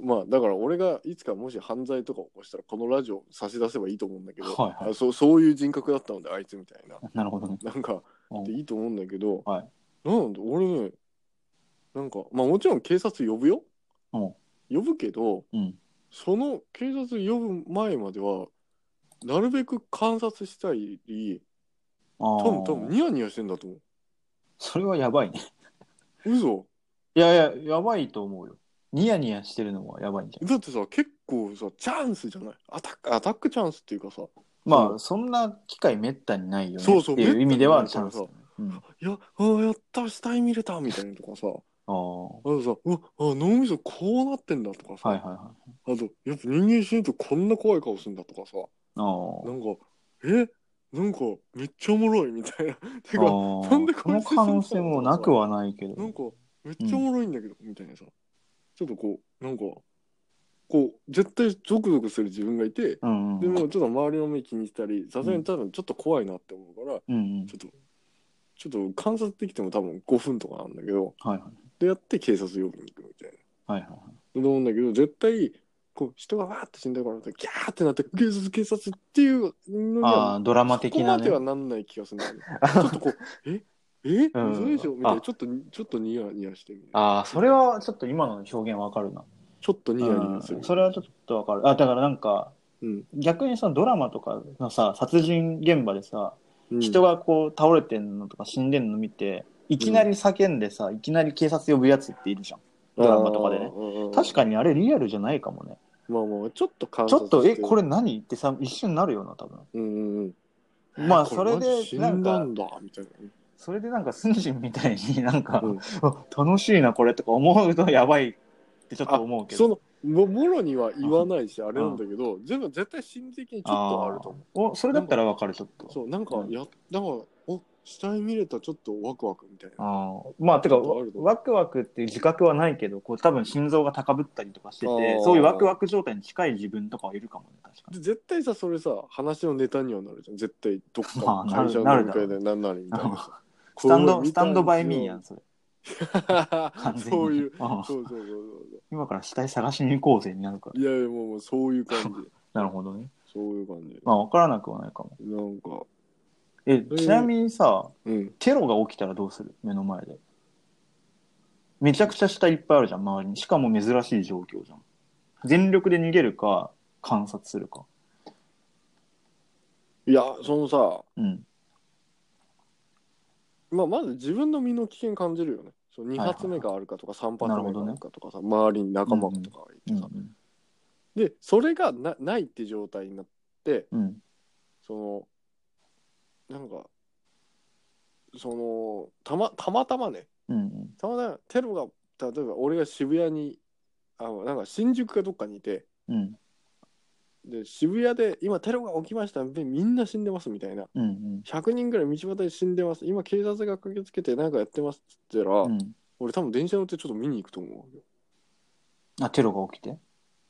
C: まあだから俺がいつかもし犯罪とか起こしたらこのラジオ差し出せばいいと思うんだけど、
B: はいはい
C: あそうそういう人格だったのであいつみたいな
B: なるほどね
C: なんか
B: うん
C: でいいと思うんだけど、
B: はい
C: なんだ俺ねなんかまあもちろん警察呼ぶよ、
B: うん
C: 呼ぶけど
B: うん
C: その警察呼ぶ前まではなるべく観察したり
B: あ
C: 多
B: あ
C: 分多分ニヤニヤしてんだと思う
B: それはやばいね
C: 嘘
B: いやいややばいと思うよニヤニヤしてるのもやばいんじゃ
C: だってさ結構さチャンスじゃないアタックアタックチャンスっていうかさ
B: ん。まあ、そんな機会めったにないよね。
C: そうそ
B: っ
C: う
B: ていう意味では
C: めっ
B: チ
C: た
B: ャ
C: にな
B: ンス
C: いか
B: だ
C: ら
B: ね。うん。あ
C: いやあーやった死体見れたみたいなのとかさ
B: あー。
C: あとさうわあ脳みそこうなってんだとかさ、
B: はいはいはい。
C: あとやっぱ人間死ぬとこんな怖い顔するんだとかさ
B: あー
C: なんかえなんかめっちゃおもろいみたいなて
B: あ
C: か
B: ー。
C: なんで
B: こ
C: こい
B: の
C: つ
B: 可能性もなくはないけど。
C: なんかめっちゃおもろいんだけど、みたいなさちょっとこうなんかこう絶対ゾクゾクする自分がいて
B: うんうん。
C: でもちょっと周りの目気にしたりさすがに多分ちょっと怖いなって思うから、
B: うんうん。
C: ちょっとちょっと観察できても多分5分とかなんだけど
B: はいはい。
C: でやって警察呼びに行くみたいな。
B: はいはいはい。
C: と思うんだけど絶対こう人がわーって死んだからギャーってなって警察警察っていうのに
B: あ
C: は
B: あ、ドラマ
C: そこ
B: 的な
C: ま
B: ね。
C: ではなんない気がするんだけどちょっとこう [LAUGHS] ええ
B: うん
C: 嘘でしょみたい
B: あ
C: なちょっとちょっとニヤニヤしてみたいな
B: ああ、それはちょっと今の表現わかるな。
C: ちょっとニヤニ
B: うん
C: ヤする
B: それはちょっとわかる。あ、だからなんか、
C: うん
B: 逆にそのドラマとかのさ、殺人現場でさ、
C: うん
B: 人がこう倒れてんのとか死んでんの見て、いきなり叫んでさ、いきなり警察呼ぶやつっているじゃん。ドラマとかでね
C: あーうんうん
B: 確かにあれリアルじゃないかもね。
C: まあまあちょっと観
B: ちょっと、え、こ
C: れ
B: れ何ってさ、一瞬なるよな、多分。
C: うんうんうん
B: まあ
C: えー
B: それで
C: こマジ死んだんだみたいな
B: それでなんか、スンジンみたいになんか、
C: うん
B: あ楽しいな、これとか思うとやばいってちょっと思うけど。
C: そのももろには言わないしあれなんだけど全部絶対心理的にちょっとあると思う
B: おそれだったらわかるちょっと
C: そうなんか
B: うん
C: や、だからお死体見れたちょっとワクワクみたいな
B: あーまあてか
C: ちょっとあると
B: ワクワクっていう自覚はないけどこう多分心臓が高ぶったりとかして
C: あ
B: て
C: ー
B: そういうワクワク状態に近い自分とかはいるかもね確か
C: で
B: に
C: 絶対さそれさ話のネタにはなるじゃん絶対どっ
B: [LAUGHS]
C: か
B: まあ
C: の
B: なる
C: 会社
B: な
C: の
B: る
C: 飲
B: だろう
C: み会でなんなりみたいなさ
B: スタンドスタンドバイミーや
C: [LAUGHS]
B: んそれ完
C: ん
B: 全に
C: そういう
B: あー
C: そうそうそうそう
B: 今から死体探しに行こうぜになるから
C: いやいやもうもうそういう感じ
B: なるほどね
C: そういう感じ
B: まあ分からなくはないかも
C: なんか
B: え
C: うん
B: ちなみにさ
C: うん
B: テロが起きたらどうする目の前でめちゃくちゃ死体いっぱいあるじゃん周りにしかも珍しい状況じゃん全力で逃げるか観察するか
C: いやそのさ、
B: うん
C: まあ、まず自分の身の危険感じるよねそう2
B: はいはい
C: 発目があるかとか3発目があるかとかさ、周りに仲間とかがいて
B: う
C: さ、
B: ん
C: でそれがなないって状態になって
B: うん
C: そのなんかそのたまたまたまね
B: うん
C: たまたまテロが例えば俺が渋谷にあのなんか新宿かどっかにいて
B: うん
C: で渋谷で今テロが起きましたでみんな死んでますみたいな
B: うんうん
C: 100人ぐらい道端で死んでます今警察が駆けつけてなんかやってますっつったら、
B: うん
C: 俺多分電車乗ってちょっと見に行くと思うわけよ
B: あテロが起きて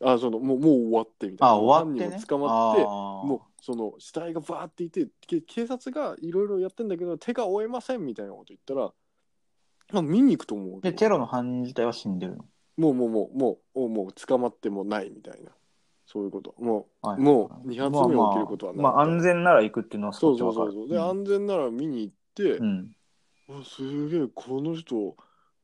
C: あそのもうもう終わってみたいな
B: あ終わって
C: 犯
B: ね
C: 人も捕まって
B: も
C: もうその死体がバーっていてけ警察がいろいろやってんだけど手が負えませんみたいなこと言ったら、まあ、見に行くと思う
B: でテロの犯人自体は死んでるの
C: もうもうもうもうもうもう捕まってもないみたいなそういうことも
B: は
C: うもう2発目起きることはない、
B: まあまあまあ安全なら行くっていうのはす
C: そ
B: ご
C: う
B: く
C: そ
B: わ
C: う
B: か
C: そう
B: る
C: そうで、安全なら見に行って
B: う、ん
C: うわすげえこの人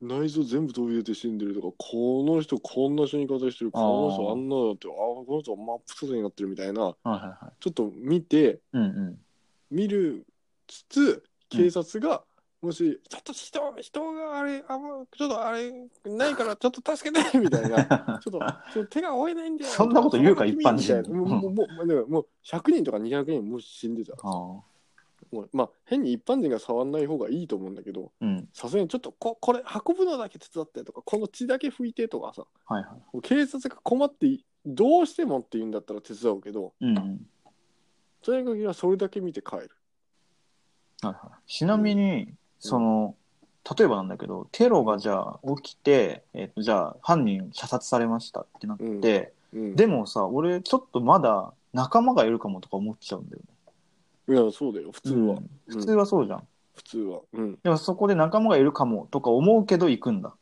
C: 内臓全部飛び出て死んでるとかこの人こんな死に方してる
B: あ
C: こ
B: ー
C: の人あんなだってあーこの人真っ二つになってるみたいな
B: はいはいはい
C: ちょっと見て
B: うんうん
C: 見るつつ警察が、もしちょっと人人があれあもうちょっとあれないからちょっと助
B: [LAUGHS]
C: けてみたいなちょっとちょっと手が負えないんだよ
B: そんなこと言うか
C: ちょっ
B: 一般人
C: みたいなもうもうもうだからもう100人とか200人もう死んでた
B: あー
C: もうまあ変に一般人が触んない方がいいと思うんだけど
B: うん
C: さすがにちょっとここれ運ぶのだけ手伝ってとかこの血だけ拭いてとかさ
B: はいはい
C: もう警察が困っていどうしてもって言うんだったら手伝うけど
B: うんうん
C: とにかくはそれだけ見て帰る
B: はいはいちなみにその例えばなんだけどテロがじゃあ起きてえっとじゃあ犯人射殺されましたってなって
C: うん
B: でもさ俺ちょっとまだ仲間がいるかもとか思っちゃうんだよね
C: いやそうだよ普通は、
B: うん
C: うん
B: 普通はそうじゃん
C: 普通はうん
B: でもそこで仲間がいるかもとか思うけど行くんだ。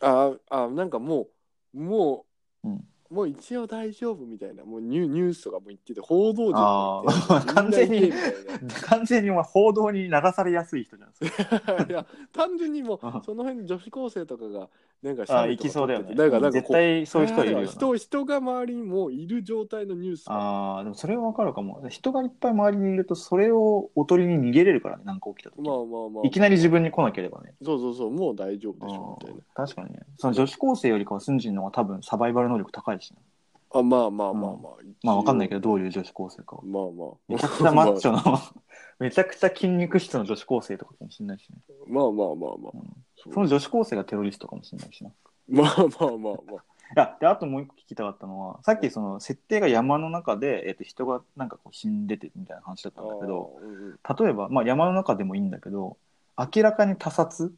C: あーあーなんかもうもう、
B: うん
C: もう一応大丈夫みたいな、もうニュニュースとかも言ってて、報道陣
B: あ
C: も
B: ー
C: 言ってて
B: 完全に
C: みんな言ってみたいな
B: [LAUGHS] 完全にお前報道に流されやすい人じゃないですか。
C: いや単純にもう
B: うん
C: その辺女子高生とかがなんか
B: ああ、行きそうだよね。
C: なんかなんか
B: 絶
C: こう
B: 対そういう人はいるよな。
C: 人人が周りにもういる状態のニュース
B: ああ、でもそれはわかるかも。人がいっぱい周りにいると、それをおとりに逃げれるからね、なんか起きた時、
C: まあまあまあ
B: いきなり自分に来なければね。
C: そうそうそうもう大丈夫でしょみたいな
B: あー確かにね。その女子高生よりかはスンジンの方が多分サバイバル能力高いしね、
C: あまあまあまあまあ、
B: まあわかんないけ
C: ど
B: ど、どういう女子高生かは。
C: まあまあ
B: めちゃくちゃマッチョの、 [LAUGHS] めちゃくちゃ筋肉質の女子高生とかかもしれないしね。
C: [LAUGHS] まあまあまあまあ
B: うん
C: そう
B: その女子高生がテロリストかもしれないしな。い
C: まあまあまあまあ
B: や、で、あともう一個聞きたかったのは、さっきその設定が山の中で、えっと、人がなんかこう死んでてみたいな話だったんだけど、
C: あーうんうん
B: 例えば、まあ、山の中でもいいんだけど明らかに他殺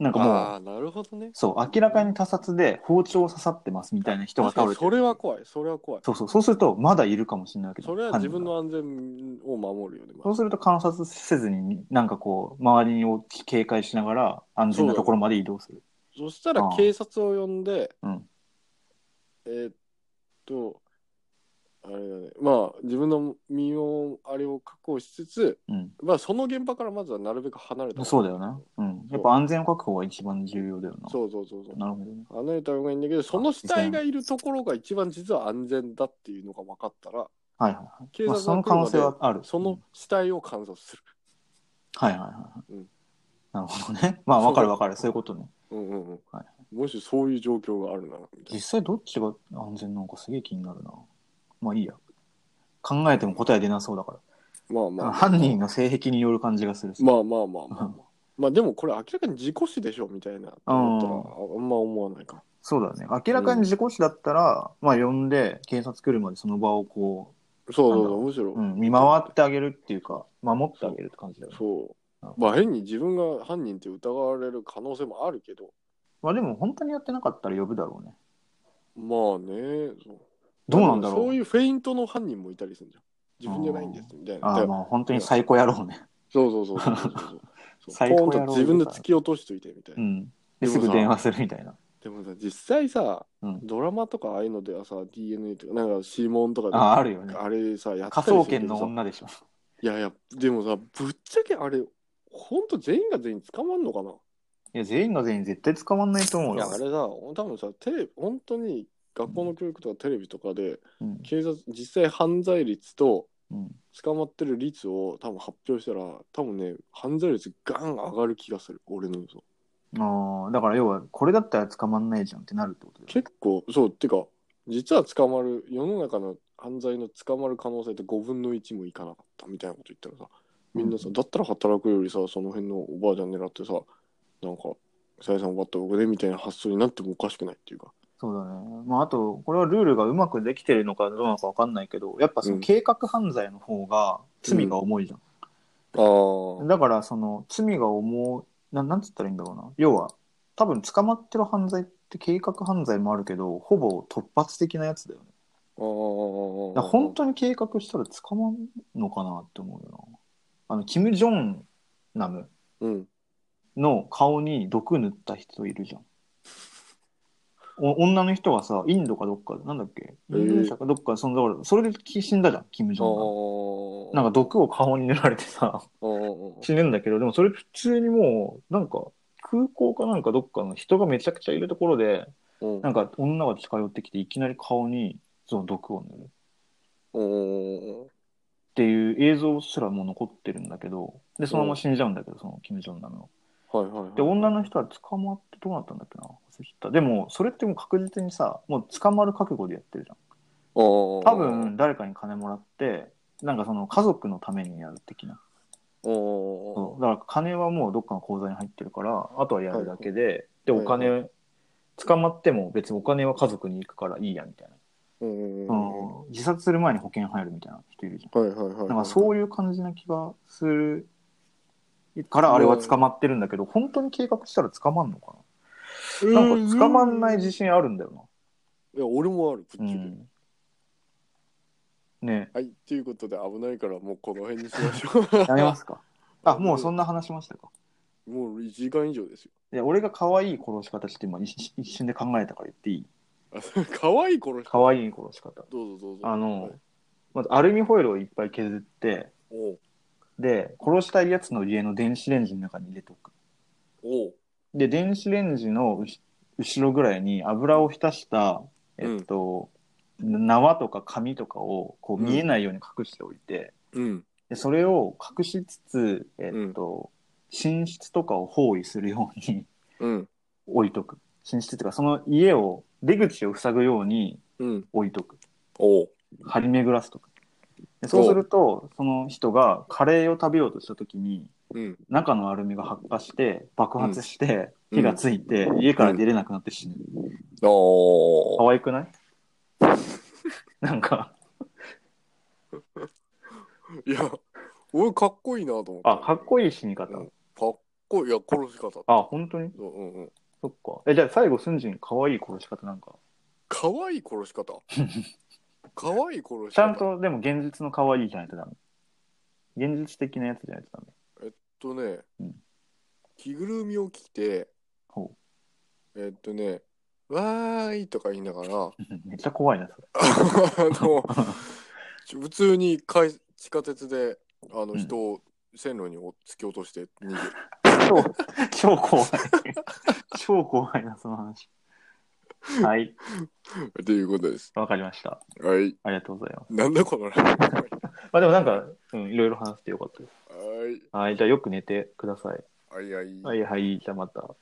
B: なんかもう
C: あーなるほどね
B: そう明らかに他殺で包丁を刺さってますみたいな人が倒れ
C: 確か
B: て
C: にそ
B: る
C: れは怖いそれは怖い
B: そうそうそうするとまだいるかもしれないわけど
C: それは自分
B: 犯人が
C: の安全を守るよね、
B: そうすると観察せずになんかこう周りを警戒しながら安全なところまで移動する
C: そしたら
B: ああ
C: 警察を呼んで、
B: うん
C: えーっと、あれだね、まあ自分の身を、あれを確保しつつ、
B: うん
C: まあその現場からまずはなるべく離れた
B: そうだ
C: よ。
B: よな、うん、やっぱ安全確保が一番重要だよな
C: そうそうそうそう。
B: なるほどね
C: 離れた方がいいんだけど、その死体がいるところが一番実は安全だっていうのが分かったら、
B: はいはいは
C: 警
B: い、まあ、
C: 察
B: そ
C: が
B: の
C: 来る
B: 可
C: ま
B: 能
C: で
B: 性はある
C: その死体を観察する。
B: はいはいはいはい、
C: うん
B: なるほどね [LAUGHS] まあわかるわかるそういうことね
C: うんうんうん。
B: は
C: もしそういう状況があるなら、みたい
B: 実際どっちが安全なのかすげえ気になるなまあいいや考えても答え出なそうだか
C: な。まあま
B: ら、
C: あ。
B: 犯人の性癖による感じがする
C: まあまあまあまあ、まあ、まあでもこれ明らかに自己死でしょみたいなと思ったらああんま思わないか
B: そうだね明らかに事故死だったら、まあ呼んで警察来るまでその場をこ
C: そうそう
B: な
C: そ
B: ん
C: うむしろ、
B: う、うん、見回ってあげるっていうか守ってあげるって感じだよね
C: そうまあ変に自分が犯人って疑われる可能性もあるけど
B: まあでも本当にやってなかったら呼ぶだろうね
C: まあねそう
B: どうなんだ
C: そ
B: ろ
C: う
B: う
C: いうフェイントの犯人もいたりするじゃん自分じゃないんですみたいな
B: あ
C: だ
B: あ
C: から
B: まあ本当に最高やろうね
C: そうそうそうそうそ
B: [LAUGHS]
C: うそうそう
B: 最高
C: ポーン
B: やろ
C: と自分で突き落としといてみたいうな、
B: んですぐ電話するみたいな
C: でもさ実際さ、
B: うん
C: ドラマとかああいうのではさ DNA とかなんか指紋とかで
B: ああるよね
C: あれさやっ
B: 科
C: たりする
B: 捜
C: け
B: 研
C: ど
B: の
C: さ
B: 女でしょ
C: いやいや、でもさ、ぶっちゃけあれ、ほんと全員が全員捕まんのかない
B: や全員が全員絶対捕まんないと思う
C: い
B: よ
C: や、あれさ、多分さ、テレビ、本当に学校の教育とかテレビとかで、
B: うん
C: 警察、実際犯罪率と
B: うん
C: 捕まってる率を多分発表したら、多分ね、犯罪率ガン上がる気がする、俺の予想。
B: ああ、だから要は、これだったら捕まんないじゃんってなるってことだよ。
C: 結構、そう、てか、実は捕まる、世の中の犯罪の捕まる可能性って5分の1もいかなかったみたいなこと言ったらさ、みんなさ、だったら働くよりさ、その辺のおばあちゃん狙ってさ、なんか、さやさん奪った僕でみたいな発想になってもおかしくないっていうか。
B: そうだね。まあ、あと、これはルールがうまくできてるのかどうなのかわかんないけど、やっぱそうの
C: ん
B: 計画犯罪の方が罪が重いじゃん。
C: ああ。
B: だから、その罪が重い、ななんつったらいいんだろうな。要は、多分捕まってる犯罪って計画犯罪もあるけど、ほぼ突発的なやつだよね。だから本
C: 当
B: 当に計画したら捕まんのかなって思うよな。あの、キム・ジョンナム
C: うん。
B: の顔に毒塗った人いるじゃん。お女の人はさ、インドかどっかで、なんだっけ、イ
C: ー
B: ンドネシアかどっかでそんなところそれでき死んだじゃん、キム・ジョン
C: あ
B: ナ
C: あ。
B: ム。なんか毒を顔に塗られて
C: [LAUGHS]
B: さ、
C: あー
B: 死ぬんだけど、でもそれ普通にもう、なんか、空港かなんかどっかの人がめちゃくちゃいるところで、
C: うん
B: なんか女が近寄ってきて、いきなり顔にその毒を塗るっ
C: うん。
B: ていう映像すらもう残ってるんだけど、で、そのまま死んじゃうんだけど、そのキム・ジョンナムは。
C: はいはいはい。
B: で女の人は捕まってどうなったんだっけな忘れちゃったでもそれってもう確実にさもう捕まる覚悟でやってるじゃん
C: 多
B: 多分。誰かに金もらってなんかその家族のためにやる的な
C: うん。
B: そうだから金はもうどっかの口座に入ってるからあとはやるだけで、で
C: はい
B: お金、捕まっても別にお金は家族に行くからいいやみたいな、
C: うん。は
B: うん自殺する前に保険入るみたいな人いるじゃん
C: いはいはい。
B: なんかそういう感じな気がするからあれは捕まってるんだけど本当に計画したら捕まんのかな
C: う
B: なんか捕まんない自
C: 信。
B: 信あるんだよ
C: いや、俺もある、ぶ
B: な。
C: っちゃけ。
B: ね
C: はい、ということで危ないからもうこの辺にしましょう。
B: [LAUGHS] やめますか。あ、もうそんな話しましたか。
C: もう1時間以上ですよ。 [LAUGHS]
B: いや、俺が可愛い殺し方して今一一瞬で考えたから言っていい
C: 可愛い殺し
B: 可愛い殺し方。
C: どうぞどうぞ
B: あの
C: はい
B: まずアルミホイルをいっぱい削って、
C: おう
B: で、殺したいやつの家の電子レンジの中に入れておく。
C: おう
B: で、電子レンジのうし後ろぐらいに油を浸した、えっと、縄とか紙とかをこう見えないように隠しておいて、
C: うん
B: でそれを隠しつつ、えっと、寝室とかを包囲するように [LAUGHS]
C: うん
B: 置いとく。寝室とか、その家を、出口を塞ぐように
C: うん
B: 置いとく。
C: おう
B: 張り巡らすとか。でそうすると、その人がカレーを食べようとした時に、
C: うん
B: 中のアルミが発火して、爆発して、
C: うん
B: 火がついて、家から出れなくなって死ぬ。
C: おー
B: 可愛く
C: [LAUGHS]
B: ないなんか、
C: いや俺かっこいいなと思って
B: あ、かっこいい死に方
C: う。んかっこいいいや殺し方
B: あ、本当に
C: うんうんうん
B: そっか。え、じゃあ最後、スンジン、可愛い殺し方なんか。
C: 可愛い殺し
B: [LAUGHS]
C: 方可愛い殺し方
B: ちゃんと、でも現実の可愛いじゃないとダメ。現実的なやつじゃないとダメ。
C: えっとね、
B: うん
C: 着ぐるみを着て
B: ほ
C: えっとね「わーい」とか言いながら
B: う。めっちゃ怖いな、それ。
C: あのちょ普通にかい地下鉄であの
B: うん
C: 人を線路にお突き落として逃げる、 [LAUGHS]
B: 超、超怖い。超怖いな、その話。はい、
C: っていうことです。
B: わかりました。
C: はい。
B: ありがとうございます。
C: なんだこのラジオ
B: まあでもなんか、うん、いろいろ話してよかったです。
C: はい。
B: はい、じゃあよく寝てください。
C: はいはい。
B: はい、はい、じゃあまた。